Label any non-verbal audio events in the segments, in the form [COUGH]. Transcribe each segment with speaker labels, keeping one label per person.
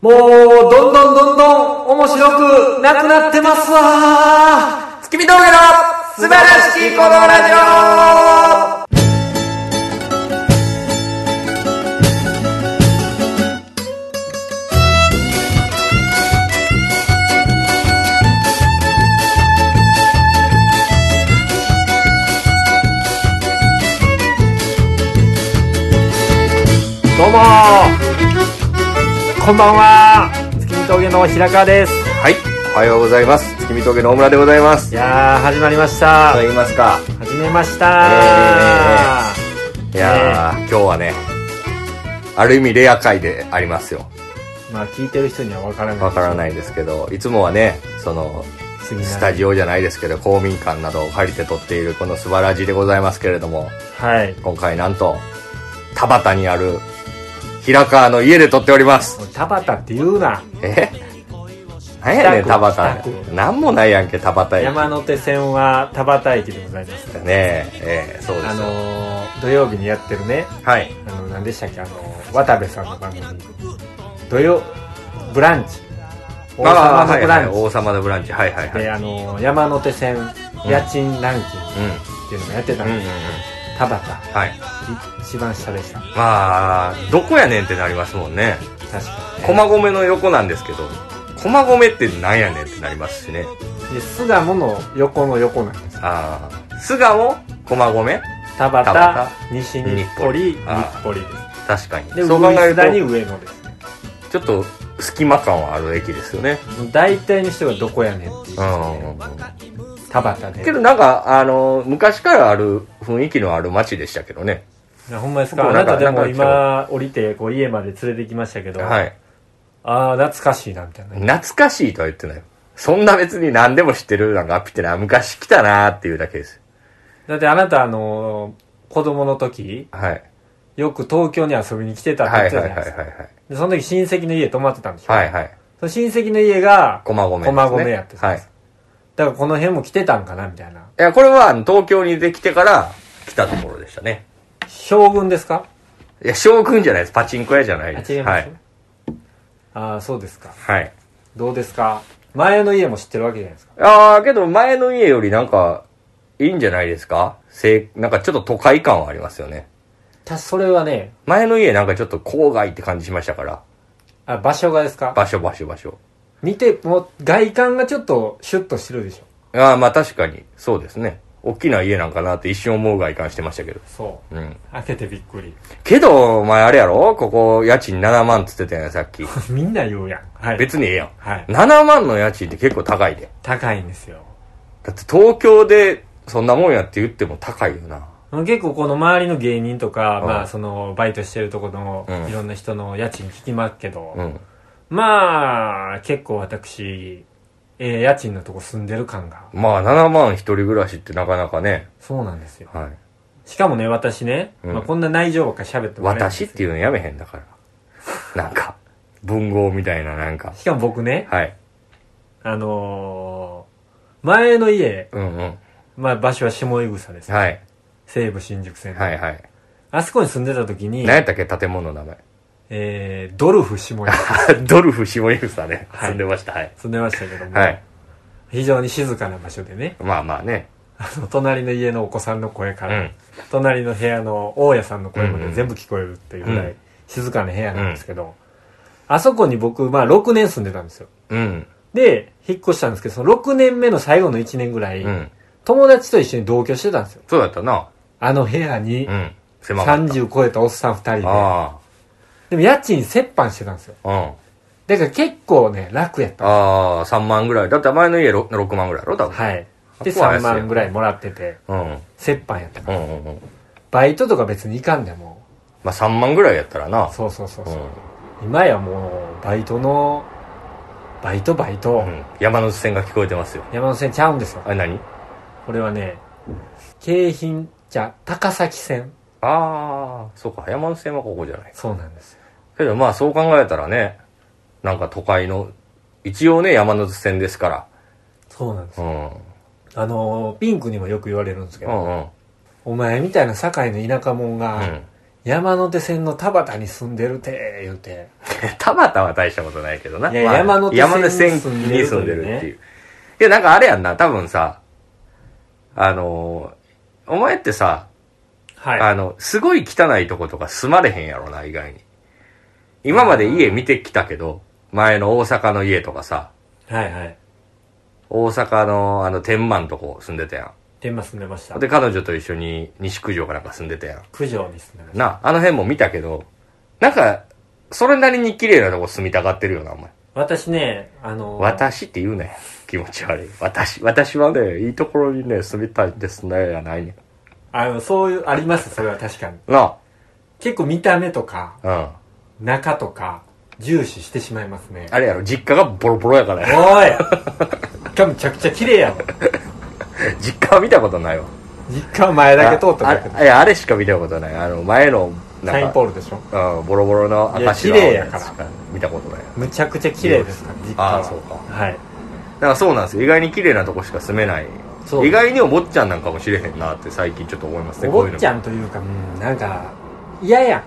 Speaker 1: もう、どんどんどんどん面白くなくなってますわ
Speaker 2: 月見峠の素晴らしきこのラジ
Speaker 1: どうもこんばんは月見峠の平川です。
Speaker 2: オはいおはようございます月見峠の大村でございます
Speaker 1: いやー、始まりました。
Speaker 2: と言いますか
Speaker 1: 始めまし
Speaker 2: え
Speaker 1: た、
Speaker 2: いやー、今日はねある意味レア回でありますよ
Speaker 1: まあ、聞いてる人にはわからない。
Speaker 2: わからないですけどいつもはねその
Speaker 1: すぎない。
Speaker 2: スタジオじゃないですけど公民館などを借りて撮っているこの素晴らしいでございますけれども
Speaker 1: はい。
Speaker 2: 今回なんと田畑にある平川の家で撮っております
Speaker 1: おい田畑って言うな。
Speaker 2: え何やねん田
Speaker 1: 北区北
Speaker 2: 畑
Speaker 1: 区
Speaker 2: なんもないやんけ田畑駅
Speaker 1: 山手線は田畑駅でございます。
Speaker 2: ねえええそうで
Speaker 1: あ
Speaker 2: すよ、
Speaker 1: のー、土曜日にやってるね、
Speaker 2: はい
Speaker 1: あの、何でしたっけ、あのー、渡部さんの番組、土曜、ブランチ、王
Speaker 2: ああ
Speaker 1: 様のブラン
Speaker 2: はいはい、
Speaker 1: チ
Speaker 2: 王様のブランチはいはいはい、
Speaker 1: で、あのー、山手線家賃ランキングっていうのもやってた
Speaker 2: うん、うん
Speaker 1: の、
Speaker 2: うんうん
Speaker 1: 田畑、
Speaker 2: はい
Speaker 1: 一番下でした。
Speaker 2: まあどこやねんってなりますもんね
Speaker 1: 確かに、ね。
Speaker 2: 駒込の横なんですけど駒込ってなんやねんってなりますしね
Speaker 1: で、巣鴨の横の横なんですよ。
Speaker 2: ああ巣鴨駒込
Speaker 1: 田
Speaker 2: 田
Speaker 1: 畑
Speaker 2: 畑、
Speaker 1: 西日暮里、日
Speaker 2: あー
Speaker 1: 暮里で
Speaker 2: 確かに
Speaker 1: す。で、
Speaker 2: そう考え
Speaker 1: 上
Speaker 2: る
Speaker 1: 田に
Speaker 2: と
Speaker 1: 上野ですね。
Speaker 2: ちょっと隙間感はある駅ですよね
Speaker 1: もう大体の人がどこやねんっていう
Speaker 2: う
Speaker 1: ね、
Speaker 2: ん
Speaker 1: 田畑で。
Speaker 2: けどなんかあの昔からある雰囲気のある街でしたけどね
Speaker 1: いやほんまですか
Speaker 2: も
Speaker 1: あ
Speaker 2: う
Speaker 1: な
Speaker 2: な
Speaker 1: ん
Speaker 2: か
Speaker 1: たでも
Speaker 2: なんか
Speaker 1: 今降りてこう家まで連れてきましたけど、
Speaker 2: はい
Speaker 1: ああ懐かしいなみたいな、
Speaker 2: 懐かしいとは言ってないよそんな別に何でも知ってるなんかアピってない昔来たなーっていうだけです
Speaker 1: だってあなたあのー子供の時
Speaker 2: はい
Speaker 1: よく東京に遊びに来てたって
Speaker 2: は
Speaker 1: 言っ
Speaker 2: い
Speaker 1: てた
Speaker 2: は
Speaker 1: じ
Speaker 2: い
Speaker 1: ゃ
Speaker 2: は
Speaker 1: ない
Speaker 2: い
Speaker 1: です
Speaker 2: は
Speaker 1: か
Speaker 2: いはい
Speaker 1: でその時親戚の家泊まってたんでしょ、
Speaker 2: はいはい
Speaker 1: その親戚の家が
Speaker 2: 駒込ですね
Speaker 1: 駒込やってたん
Speaker 2: は
Speaker 1: で
Speaker 2: い
Speaker 1: す、だからこの辺も来てたんかなみたいない
Speaker 2: やこれはあの東京にできてから来たところでしたね
Speaker 1: 将軍ですか
Speaker 2: いや将軍じゃないですパチンコ屋じゃない
Speaker 1: あ
Speaker 2: です
Speaker 1: 違い
Speaker 2: は
Speaker 1: ます、
Speaker 2: い、
Speaker 1: ああそうですか
Speaker 2: はい、
Speaker 1: どうですか前の家も知ってるわけじゃないですか
Speaker 2: ああけど前の家よりなんかいいんじゃないですかせいなんかちょっと都会感はありますよね
Speaker 1: たそれはね
Speaker 2: 前の家なんかちょっと郊外って感じしましたから
Speaker 1: あ場所がですか
Speaker 2: 場所場所場所
Speaker 1: 見てもう外観がちょっとシュッとしてるでしょ
Speaker 2: ああまあ確かにそうですね大きな家なんかなって一瞬思う外観してましたけど
Speaker 1: そう
Speaker 2: うん
Speaker 1: 開けてびっくり [LAUGHS]
Speaker 2: けどお前あれやろここ家賃7万っつってたやんさっき
Speaker 1: みんな言うやん、はい、
Speaker 2: 別にええやん
Speaker 1: はい
Speaker 2: 7万の家賃って結構高いで
Speaker 1: 高いんですよ
Speaker 2: だって東京でそんなもんやって言っても高いよな
Speaker 1: 結構この周りの芸人とか、
Speaker 2: うん
Speaker 1: まあそのバイトしてるとこの
Speaker 2: うん
Speaker 1: いろんな人の家賃聞きますけど、
Speaker 2: うん
Speaker 1: まあ結構私、えー家賃のとこ住んでる感が
Speaker 2: まあ7万一人暮らしってなかなかね
Speaker 1: そうなんですよ
Speaker 2: はい
Speaker 1: しかもね私ね、
Speaker 2: うん
Speaker 1: まあ、こんな内情ばっかり喋ってもあれなんです
Speaker 2: 私
Speaker 1: よ
Speaker 2: っていうのやめへんだからなんか文豪みたいななんか
Speaker 1: しかも僕ね
Speaker 2: はい
Speaker 1: あのー前の家、
Speaker 2: うんうん
Speaker 1: まあ、場所は下井草です、
Speaker 2: はい
Speaker 1: 西武新宿線の、
Speaker 2: はいはい
Speaker 1: あそこに住んでた時に
Speaker 2: 何やったっけ建物の名前
Speaker 1: えー、ドルフ下井
Speaker 2: [LAUGHS] ドルフ下井草ね、
Speaker 1: はい
Speaker 2: 住んでましたはい、
Speaker 1: 住んでましたけども、
Speaker 2: はい、
Speaker 1: 非常に静かな場所でね
Speaker 2: まあまあね
Speaker 1: あの隣の家のお子さんの声か
Speaker 2: う
Speaker 1: ら、
Speaker 2: ん
Speaker 1: 隣の部屋の大家さんの声ま
Speaker 2: うんう
Speaker 1: で
Speaker 2: ん
Speaker 1: 全部聞こえるっていうぐら
Speaker 2: う
Speaker 1: い
Speaker 2: ん
Speaker 1: 静かな部屋なんですけど、あそこに僕、まあ、6年住んでたんですよ
Speaker 2: うん
Speaker 1: で引っ越したんですけどその6年目の最後の1年ぐらい、
Speaker 2: うん
Speaker 1: 友達と一緒に同居してたんですよ
Speaker 2: そうだったな
Speaker 1: あの部屋に
Speaker 2: うん狭かった
Speaker 1: 30超えたおっさん2人
Speaker 2: あ
Speaker 1: ででも家賃折半してたんですよ
Speaker 2: あうん
Speaker 1: だから結構ね楽やった
Speaker 2: ああ3万ぐらいだって前の家 6, 6万ぐらいやろ多分
Speaker 1: はいで
Speaker 2: ここは
Speaker 1: 3
Speaker 2: 安いよ
Speaker 1: 万ぐらいもらってて
Speaker 2: うん
Speaker 1: 折半やったから
Speaker 2: うんうんうん
Speaker 1: バイトとか別に行かんでも
Speaker 2: まあ3万ぐらいやったらな
Speaker 1: そうそうそうそう、
Speaker 2: うん
Speaker 1: 今やもうバイトのバイトバイト、
Speaker 2: うん、山手線が聞こえてますよ
Speaker 1: 山手線ちゃうんですよ
Speaker 2: あれ何
Speaker 1: これはね京浜じゃ高崎線
Speaker 2: ああそうか山手線はここじゃない
Speaker 1: そうなんですよ
Speaker 2: けどまあそう考えたらねなんか都会の一応ね山手線ですか
Speaker 1: そうなんです
Speaker 2: ら、
Speaker 1: よ、
Speaker 2: うん、
Speaker 1: あのーピンクにもよく言われるんですけ
Speaker 2: う
Speaker 1: ど、
Speaker 2: んうん
Speaker 1: お前みたいな堺の田舎者
Speaker 2: う
Speaker 1: が
Speaker 2: ん
Speaker 1: 山手線の田端に住んでるて言うて
Speaker 2: 田端は大したことないけどな。
Speaker 1: いや
Speaker 2: ま
Speaker 1: 山
Speaker 2: あ
Speaker 1: 手線
Speaker 2: 山手線に
Speaker 1: に
Speaker 2: 住
Speaker 1: 住
Speaker 2: ん
Speaker 1: ん
Speaker 2: で
Speaker 1: で
Speaker 2: る
Speaker 1: る
Speaker 2: っ
Speaker 1: と
Speaker 2: て
Speaker 1: いうね
Speaker 2: いう。いや、なんかあれやんな、多分さ、あのーお前ってさ、
Speaker 1: は
Speaker 2: あの、すごい汚いとことか住まれへんやろな、意外に。今まで家見てきたけど、前の大阪の家とかさ、
Speaker 1: いはいはい
Speaker 2: 大阪のあの天満とこ住んでたや
Speaker 1: 天満住んでました
Speaker 2: ん。で、彼女と一緒に西九条かなんか住んでたやん。
Speaker 1: 九条に住んでました
Speaker 2: な、あの辺も見たけど、なんか、それなりに綺麗なとこ住みたがってるよな、お前。
Speaker 1: 私ねあの
Speaker 2: 私って言うなよ。気持ち悪い。私、私はね、いいところにね、住みたいですね、やないね
Speaker 1: あのそういうありますそれは確かに
Speaker 2: ん。な
Speaker 1: 結構見た目とか
Speaker 2: あ、うん。
Speaker 1: 中とか重視してしまいますね
Speaker 2: あれやろ、実家がボロボロやからや。
Speaker 1: おいかむちゃくちゃ綺麗やろ
Speaker 2: 実家は見たことないわ。
Speaker 1: 実家は前だけ通っただけ
Speaker 2: ああいやあれしか見たことないあの前の
Speaker 1: サイ
Speaker 2: な
Speaker 1: ン
Speaker 2: んか
Speaker 1: ポールでしょ
Speaker 2: うん、ボロボロの赤白
Speaker 1: いや綺麗やから
Speaker 2: しか見たことない
Speaker 1: むちゃくちゃ綺麗ですから実家は
Speaker 2: あーそうか
Speaker 1: はい
Speaker 2: だからそうなんですよ意外に綺麗なとこしか住めない
Speaker 1: そう
Speaker 2: 意外にお坊ちゃんなんかもしれへんなって最近ちょっと思いますね
Speaker 1: お
Speaker 2: こういう
Speaker 1: 坊
Speaker 2: の
Speaker 1: ちゃんというかうんなんか嫌やん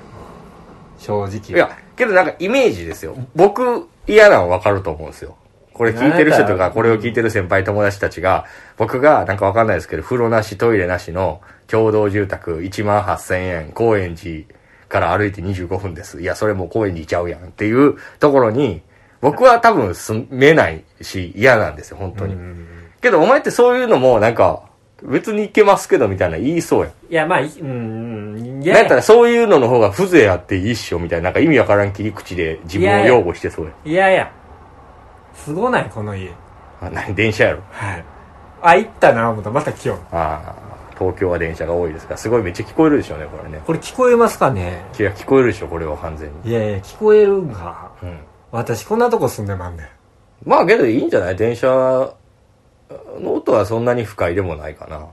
Speaker 1: 正直
Speaker 2: いやけどなんかイメージですよ僕嫌なの分かると思うんですよこれ聞いてる人と
Speaker 1: あな
Speaker 2: か
Speaker 1: た
Speaker 2: これを聞いてる先輩友達たちが僕がなんか分かんないですけど風呂なしトイレなしの共同住宅1万8000円高円寺から歩いて25分ですいやそれもう高円寺いちゃうやんっていうところに僕は多分住めないし嫌なんですよ本当に、
Speaker 1: うん
Speaker 2: けどお前ってそういうのもなんか別に行けますけどみたいな言いそうやん
Speaker 1: いやまあいうん
Speaker 2: なん
Speaker 1: 嫌
Speaker 2: やった
Speaker 1: や
Speaker 2: らそういうのの方が風情あっていいっしょみたいな、なんか意味わからん切り口で自分を擁護してそうや。
Speaker 1: 嫌やすごないこの家
Speaker 2: あ、なに電車やろ。
Speaker 1: はいあ行ったな思ったらまた来よう
Speaker 2: ああ、東京は電車が多いですから、すごいめっちゃ聞こえるでしょうね、これね。
Speaker 1: これ聞こえますかね
Speaker 2: いや、聞こえるでしょ、これは完全に。
Speaker 1: いやいや聞こえるんか
Speaker 2: うん。
Speaker 1: 私こんなとこ住んでまんねん
Speaker 2: まあけどいいんじゃない電車の音はそんなに不快でもないかな。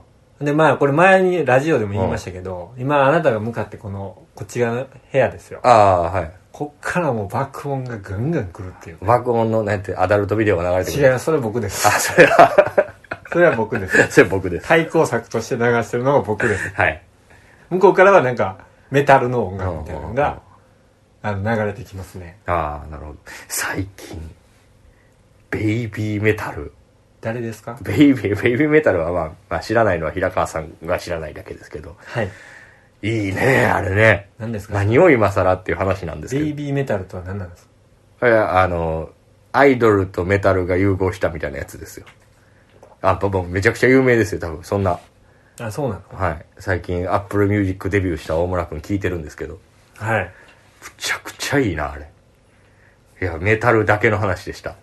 Speaker 1: で、まあ、これ前にラジオでも言いましたけど、今あなたが向かってこの、こっち側の部屋ですよ。
Speaker 2: ああ、はい。
Speaker 1: こっからもう爆音がガンガン来るっていう。
Speaker 2: 爆音の、なんて、アダルトビデオが流れてく
Speaker 1: 違い
Speaker 2: る。
Speaker 1: ます。それ僕です
Speaker 2: あ、。それは、
Speaker 1: それは僕です。
Speaker 2: それ僕です。
Speaker 1: 対抗策として流してるのが僕です。
Speaker 2: はい。
Speaker 1: [LAUGHS] 向こうからはなんか、メタルの音楽みたいなのが、あの、流れてきますね。
Speaker 2: ああ、なるほど。最近、ベイビーメタル。
Speaker 1: 誰ですか
Speaker 2: ベイビー、ベイビーメタルはまあ、まあ、知らないのは平川さんが知らないだけですけど。
Speaker 1: はい。
Speaker 2: いいね、あれね。
Speaker 1: 何ですか
Speaker 2: 何を今更っていう話なんです
Speaker 1: ベイ
Speaker 2: け
Speaker 1: ビーメタルとは何なんですか
Speaker 2: ど。いや、あの、アイドルとメタルが融合したみたいなやつですよ。あ、ぼぼめちゃくちゃ有名ですよ、多分。そんな。
Speaker 1: あ、そうなの
Speaker 2: はい。最近、アップルミュージックデビューした大村くん聞いてるんですけど。
Speaker 1: はい。
Speaker 2: むちゃくちゃいいな、あれ。いや、メタルだけの話で
Speaker 1: [LAUGHS]
Speaker 2: した。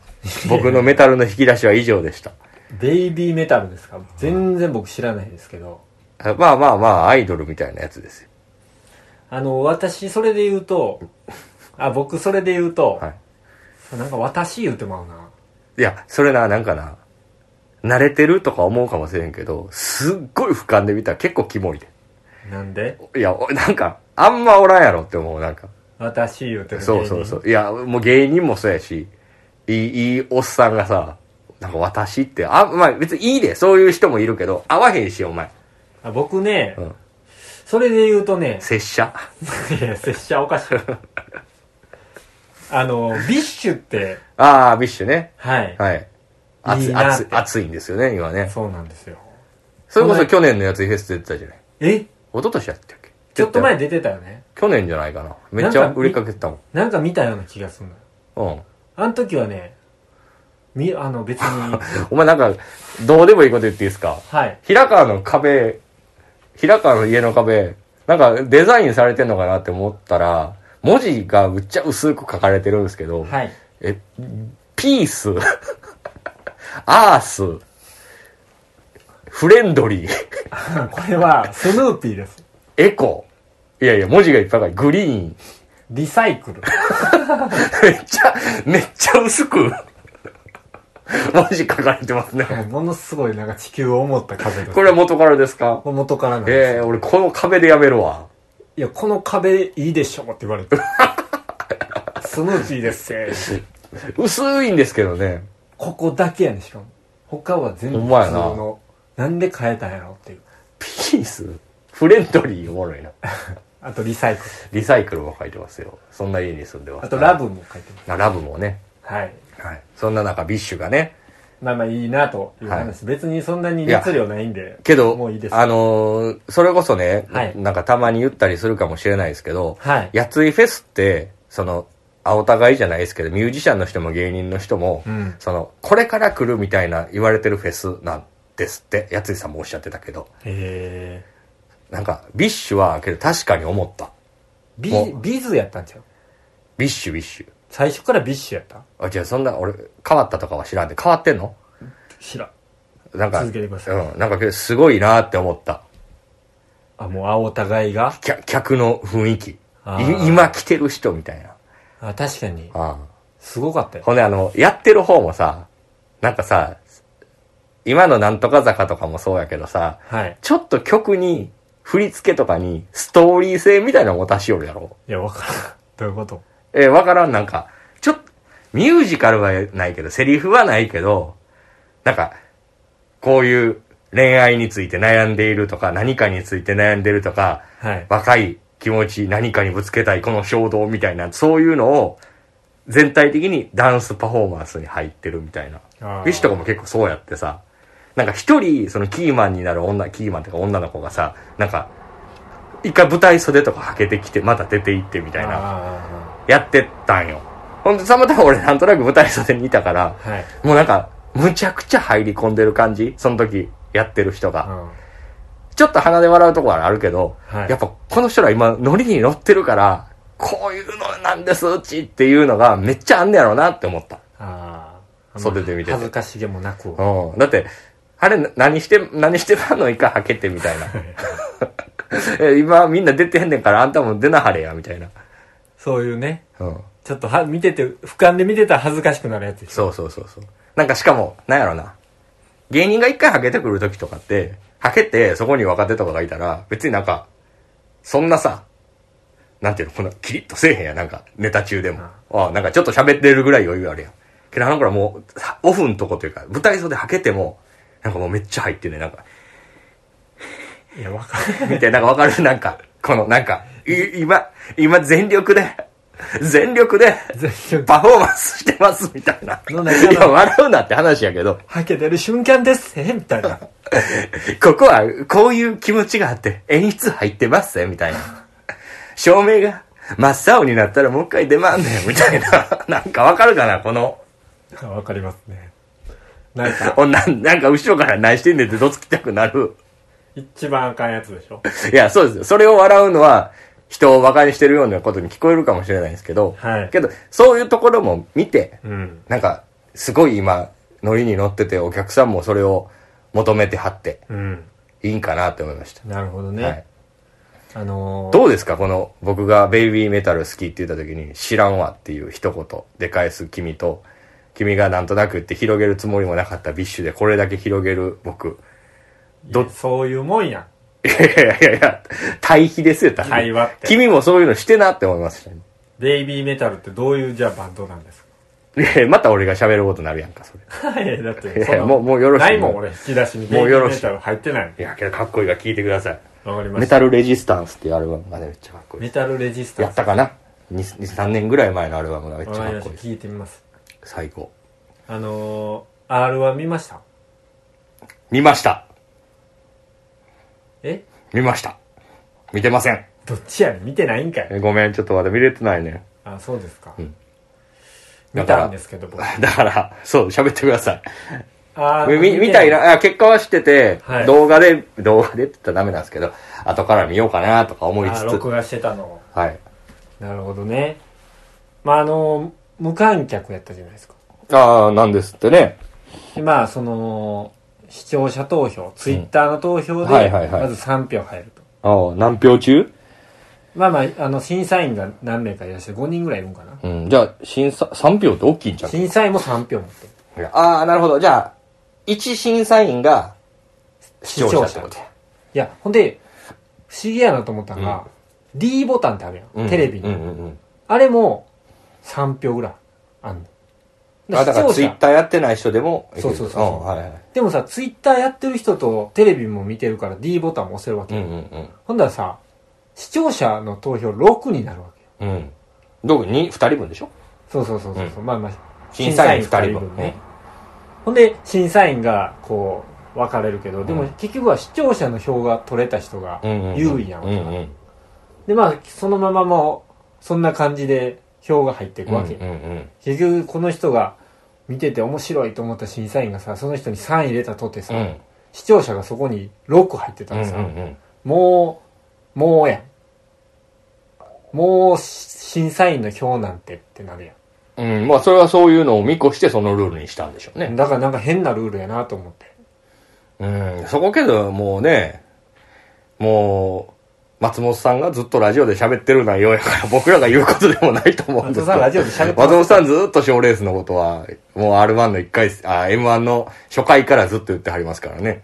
Speaker 2: 僕のメタルの引き出しは以上でした。
Speaker 1: ベイビーメタルですか全然僕知らないですけど。
Speaker 2: あまあまあまあ、アイドルみたいなやつですよ。
Speaker 1: あの、私、それで言う [LAUGHS] と、あ、僕、それで言うと、
Speaker 2: はい。
Speaker 1: なんか私言うてまうな。
Speaker 2: いや、それな、なんかな、慣れてるとか思うかもしれんけど、すっごい俯瞰で見たら結構キモいで。
Speaker 1: なんで
Speaker 2: いや、おなんか、あんまおらんやろって思う、なんか。
Speaker 1: 私言うてる芸人
Speaker 2: そうそうそう。いや、もう芸人もそうやし、いい、いいおっさんがさ、なんか私って、あ、まあ別にいいで、そういう人もいるけど、合わへんし、お前。
Speaker 1: あ僕ね、
Speaker 2: うん
Speaker 1: それで言うと [LAUGHS] ね、
Speaker 2: 拙者。
Speaker 1: いや、拙者おかしい。 [LAUGHS] あの、ビッシュって、
Speaker 2: ああ、ビッシュね。
Speaker 1: はい。
Speaker 2: はい。熱
Speaker 1: い
Speaker 2: い、
Speaker 1: いな
Speaker 2: 熱
Speaker 1: っ
Speaker 2: い
Speaker 1: て、
Speaker 2: 熱いんですよね、今ね。
Speaker 1: そうなんですよ。
Speaker 2: それこ
Speaker 1: この
Speaker 2: そ
Speaker 1: 前
Speaker 2: 去年のやつフェス出てたじゃない。
Speaker 1: え
Speaker 2: 一昨年やってるっけ
Speaker 1: ちょっと前。出てたよね。
Speaker 2: 去年じゃないかな。めっちゃ売りかけてたも
Speaker 1: なんか見たような気がするのよ。
Speaker 2: ん。うん。
Speaker 1: あの時はね、み、あの、別 [LAUGHS] に、
Speaker 2: [LAUGHS] お前なんか、どうでもいいこと言っていいですか
Speaker 1: はい。
Speaker 2: 平川の壁、平川の家の壁、なんかデザインされてんのかなって思ったら、文字がむっちゃ薄く書かれてるんですけど、
Speaker 1: はい。
Speaker 2: え、ピース、 [LAUGHS] アース、フレンドリ
Speaker 1: [LAUGHS]
Speaker 2: ー、[LAUGHS]
Speaker 1: これは、スヌーピーです。
Speaker 2: エコ。いやいや、文字がいっぱい書いてグリーン。 [LAUGHS]
Speaker 1: リサイ [LAUGHS] クル。
Speaker 2: めっちゃ、めっちゃ薄く、 [LAUGHS] 文字書かれてますね。
Speaker 1: ものすごいなんか地球を思った風です。
Speaker 2: これは元からですか
Speaker 1: これ元からなんです
Speaker 2: ええ俺この壁でやめるわ。
Speaker 1: いや、この壁いいでしょって言われて。 [LAUGHS] スヌーピーですって
Speaker 2: 薄いんですけどね。
Speaker 1: ここだけやねしかも。他は全部
Speaker 2: ほん
Speaker 1: 普
Speaker 2: まや
Speaker 1: 通
Speaker 2: な
Speaker 1: の。なんで変えたんやろっていう。
Speaker 2: ピースフレンドリーおもろいな。
Speaker 1: あとリサイクル
Speaker 2: リサイクルも書いてますよ。そんな家に住んでます。
Speaker 1: あとラブも書いてます
Speaker 2: あ。ラブもね。
Speaker 1: はい
Speaker 2: はい。そんな中、ビッシュがね。
Speaker 1: まあまあいいなという話、
Speaker 2: はい
Speaker 1: 別にそんなに熱量ないんで
Speaker 2: けど、
Speaker 1: もういいです
Speaker 2: あのーそれこそね、
Speaker 1: はい
Speaker 2: なんかたまに言ったりするかもしれないですけど、
Speaker 1: はい
Speaker 2: やついフェスって、その、あお互いじゃないですけど、ミュージシャンの人も芸人の人も、
Speaker 1: うん
Speaker 2: その、これから来るみたいな言われてるフェスなんですって、やついさんもおっしゃってたけど、
Speaker 1: へえ
Speaker 2: なんか、ビッシュは、けど確かに思った。
Speaker 1: ビ
Speaker 2: もう
Speaker 1: ビズやったんちゃう
Speaker 2: ビッシュビッシュ。
Speaker 1: 最初からビッシュやった
Speaker 2: あ、じゃあそんな、俺、変わったとかは知らんで、変わってんの
Speaker 1: 知らん
Speaker 2: なんか、
Speaker 1: 続けてください
Speaker 2: うん、なんかけど、すごいなって思った。
Speaker 1: あもうあお互いが
Speaker 2: 客客の雰囲気。い
Speaker 1: あー
Speaker 2: 今来てる人みたいな。
Speaker 1: あ確かに
Speaker 2: ああ
Speaker 1: すごかったよ
Speaker 2: ほんであの、やってる方もさ、なんかさ、今のなんとか坂とかもそうやけどさ、
Speaker 1: はい
Speaker 2: ちょっと曲に、振り付けとかに、ストーリー性みたいなのも足しよるやろ。
Speaker 1: いやわからん [LAUGHS] どういうこと
Speaker 2: えーわからん、なんか、ちょっと、ミュージカルはないけど、セリフはないけど、なんか、こういう恋愛について悩んでいるとか、何かについて悩んでるとか、
Speaker 1: はい
Speaker 2: 若い気持ち、何かにぶつけたい、この衝動みたいな、そういうのを、全体的にダンスパフォーマンスに入ってるみたいな
Speaker 1: あー。
Speaker 2: ビシとかも結構そうやってさ、なんか一人、そのキーマンになる女、キーマンとか女の子がさ、なんか、一回舞台袖とかはけてきて、また出て行ってみたいな。
Speaker 1: あ
Speaker 2: やってったんよ。ほんで、たまたま俺なんとなく舞台袖にいたから、
Speaker 1: あはい
Speaker 2: もうなんか、むちゃくちゃ入り込んでる感じその時、やってる人が。
Speaker 1: うん
Speaker 2: ちょっと鼻で笑うとこはあるけど、
Speaker 1: はい
Speaker 2: やっぱこの人ら今、ノリに乗ってるから、こういうのなんです、うちっていうのがめっちゃあんねやろうなって思った。
Speaker 1: ああ
Speaker 2: 袖で見てて
Speaker 1: 恥ずかしげもなく
Speaker 2: うん。だって、あれ、な何して、何してまんの一回はけて
Speaker 1: [LAUGHS]
Speaker 2: みたいな。 [LAUGHS] え今みんな出てへんねんから、あんたも出なはれや、みたいな。
Speaker 1: そういうね
Speaker 2: うん。
Speaker 1: ちょっとは見てて俯瞰で見てたら恥ずかしくなるやつでしょ
Speaker 2: そうそうそうそう。なんかしかも、なんやろな。芸人が一回ハゲてくる時とかって、ハゲてそこに若手とかがいたら、別になんか、そんなさ、なんていうの、このキリッとせえへんやん、なんか、ネタ中でも。ああ、なんかちょっと喋ってるぐらい余裕あるやん。けどあの頃はもう、さオフんとこというか、舞台袖ハゲても、なんかもうめっちゃ入ってんねんなんか、
Speaker 1: いやわかる
Speaker 2: みたいな、なんかわかる [LAUGHS] なんか、このなんか、い今、今全力で、全力で、
Speaker 1: 全力
Speaker 2: パフォーマンスしてます、みたいな。
Speaker 1: の中の
Speaker 2: いや、笑うなって話やけど。
Speaker 1: はけてる瞬間ですえみたいな
Speaker 2: [LAUGHS] ここは、こういう気持ちがあって、演出入ってますね、みたいな。照明が真っ青になったらもう一回出番だよ、みたいな。 [LAUGHS] なんかわかるかな、この、
Speaker 1: あ [LAUGHS] わかりますねなんか
Speaker 2: おななんか後ろから何してんねんってどつきたくなる。
Speaker 1: [LAUGHS] 一番あかんやつでしょ
Speaker 2: いや、そうですよ。それを笑うのは、人を馬鹿にしてるようなことに聞こえるかもしれないですけど、
Speaker 1: はい
Speaker 2: けど、そういうところも見て、
Speaker 1: うん
Speaker 2: なんか、すごい今、ノリに乗ってて、お客さんもそれを求めてはって、
Speaker 1: うん
Speaker 2: いいんかなって思いました。
Speaker 1: なるほどね、
Speaker 2: はい
Speaker 1: あのー、
Speaker 2: どうですかこの僕がベイビーメタル好きって言った時に知らんわっていう一言で返す君と君がなんとなく言って広げるつもりもなかったビッシュでこれだけ広げる僕。ど
Speaker 1: いやそういうもんや
Speaker 2: いやいやいやいや、対比ですよ、対比。
Speaker 1: 対話って
Speaker 2: 君もそういうのしてなって思いましたね。
Speaker 1: ベイビーメタルってどういうじゃあバンドなんです
Speaker 2: いやいやまた俺が喋ることになるやんか、それ。
Speaker 1: か [LAUGHS] いやだって
Speaker 2: いや
Speaker 1: そんな
Speaker 2: もうもうよろしい
Speaker 1: ないもん俺引き出しにベ
Speaker 2: も
Speaker 1: イ
Speaker 2: う
Speaker 1: ビ
Speaker 2: よろ
Speaker 1: ー
Speaker 2: しい
Speaker 1: メタル入ってない
Speaker 2: いや、けどかっこいいから聞いてください。
Speaker 1: わかりま
Speaker 2: メ
Speaker 1: した
Speaker 2: タルレジスタンスっていうアルバムがね、めっちゃかっこいい
Speaker 1: メ
Speaker 2: です。
Speaker 1: タルレジスタ
Speaker 2: や
Speaker 1: ン
Speaker 2: っ
Speaker 1: ス
Speaker 2: たかな ?2、3年ぐらい前のアルバムがめっちゃ
Speaker 1: わかり
Speaker 2: かっ
Speaker 1: ました
Speaker 2: こいいです。
Speaker 1: 聞いてみます
Speaker 2: 最高。
Speaker 1: あのー、R は見ました
Speaker 2: 見ました
Speaker 1: え
Speaker 2: 見ました見てません。
Speaker 1: どっちやねん見てないんかい
Speaker 2: えごめん、ちょっとまだ見れてないね。 [LAUGHS]
Speaker 1: あそうですか、
Speaker 2: ん
Speaker 1: 見たんですけど僕
Speaker 2: だから、そう、喋ってくださ
Speaker 1: あ
Speaker 2: い。み、みたいな、あ結果は知ってて、
Speaker 1: はい
Speaker 2: 動画で、動画でって言ったらダメなんですけど、後から見ようかなとか思い
Speaker 1: あ
Speaker 2: つ
Speaker 1: 録
Speaker 2: つ、
Speaker 1: 画してたの
Speaker 2: はい。
Speaker 1: なるほどねまああの無観客やったじゃないですか
Speaker 2: ああ、なんですってね。
Speaker 1: でまあその視聴者投票ツイッターの投票で、
Speaker 2: はいはいはい
Speaker 1: まず3票入ると
Speaker 2: ああ、何票中
Speaker 1: まあまああの審査員が何名かいらっしゃる5人ぐらいいるんかな
Speaker 2: うん、じゃあ、審査、3票って大きいんじゃん。
Speaker 1: 審査員も3票持ってる
Speaker 2: ああ、なるほど。じゃあ、1審査員が、視聴者ってことや
Speaker 1: いやほんで不思議やなと思ったのが、D ボタンってあるやん、テレビに、
Speaker 2: うんうんうん。
Speaker 1: あれも3票ぐらいあんの
Speaker 2: あだから、
Speaker 1: 視
Speaker 2: ツイ
Speaker 1: 聴者
Speaker 2: ッターやってない人でも、
Speaker 1: そうそうそうそうん
Speaker 2: はいはい。
Speaker 1: でもさ、ツイッターやってる人とテレビも見てるから D ボタンも押せるわけ。
Speaker 2: うんうんうん。
Speaker 1: ほんだらさ、視聴者の投票6になるわけよ。
Speaker 2: うん。どうに、二人分でしょ
Speaker 1: そうそうそうそう。うまあまあ、
Speaker 2: 審査員二人
Speaker 1: 審査員
Speaker 2: 分
Speaker 1: 二ね。ほんで、審査員が、こう、分かれるけど、で
Speaker 2: う
Speaker 1: も
Speaker 2: ん
Speaker 1: 結局は視聴者の票が取れた人が優位なわ
Speaker 2: う
Speaker 1: け
Speaker 2: ん
Speaker 1: だ
Speaker 2: うんうん。
Speaker 1: で、まあ、そのままもう、そんな感じで票が入っていくわけ。
Speaker 2: うんうん
Speaker 1: 結局、この人が見てて面白いと思った審査員がさ、その人に3入れたとってさ、
Speaker 2: うん。うん
Speaker 1: 視聴者がそこに6入ってたらさ、
Speaker 2: うんうん
Speaker 1: もう、もうやん。もう、審査員の票なんてってなるやん。
Speaker 2: うん。まあ、それはそういうのを見越してそのルールにしたんでしょうね。
Speaker 1: だからなんか変なルールやなと思って。
Speaker 2: うん。そこけど、もうね、もう、松本さんがずっとラジオで喋ってる内容やから、僕らが言うことでもないと思うんで
Speaker 1: 松本
Speaker 2: すけど
Speaker 1: さんラジオで喋ってます
Speaker 2: 松本さんずっと賞レースのことは、もう R1 の一回、あ、M1 の初回からずっと言ってはりますからね。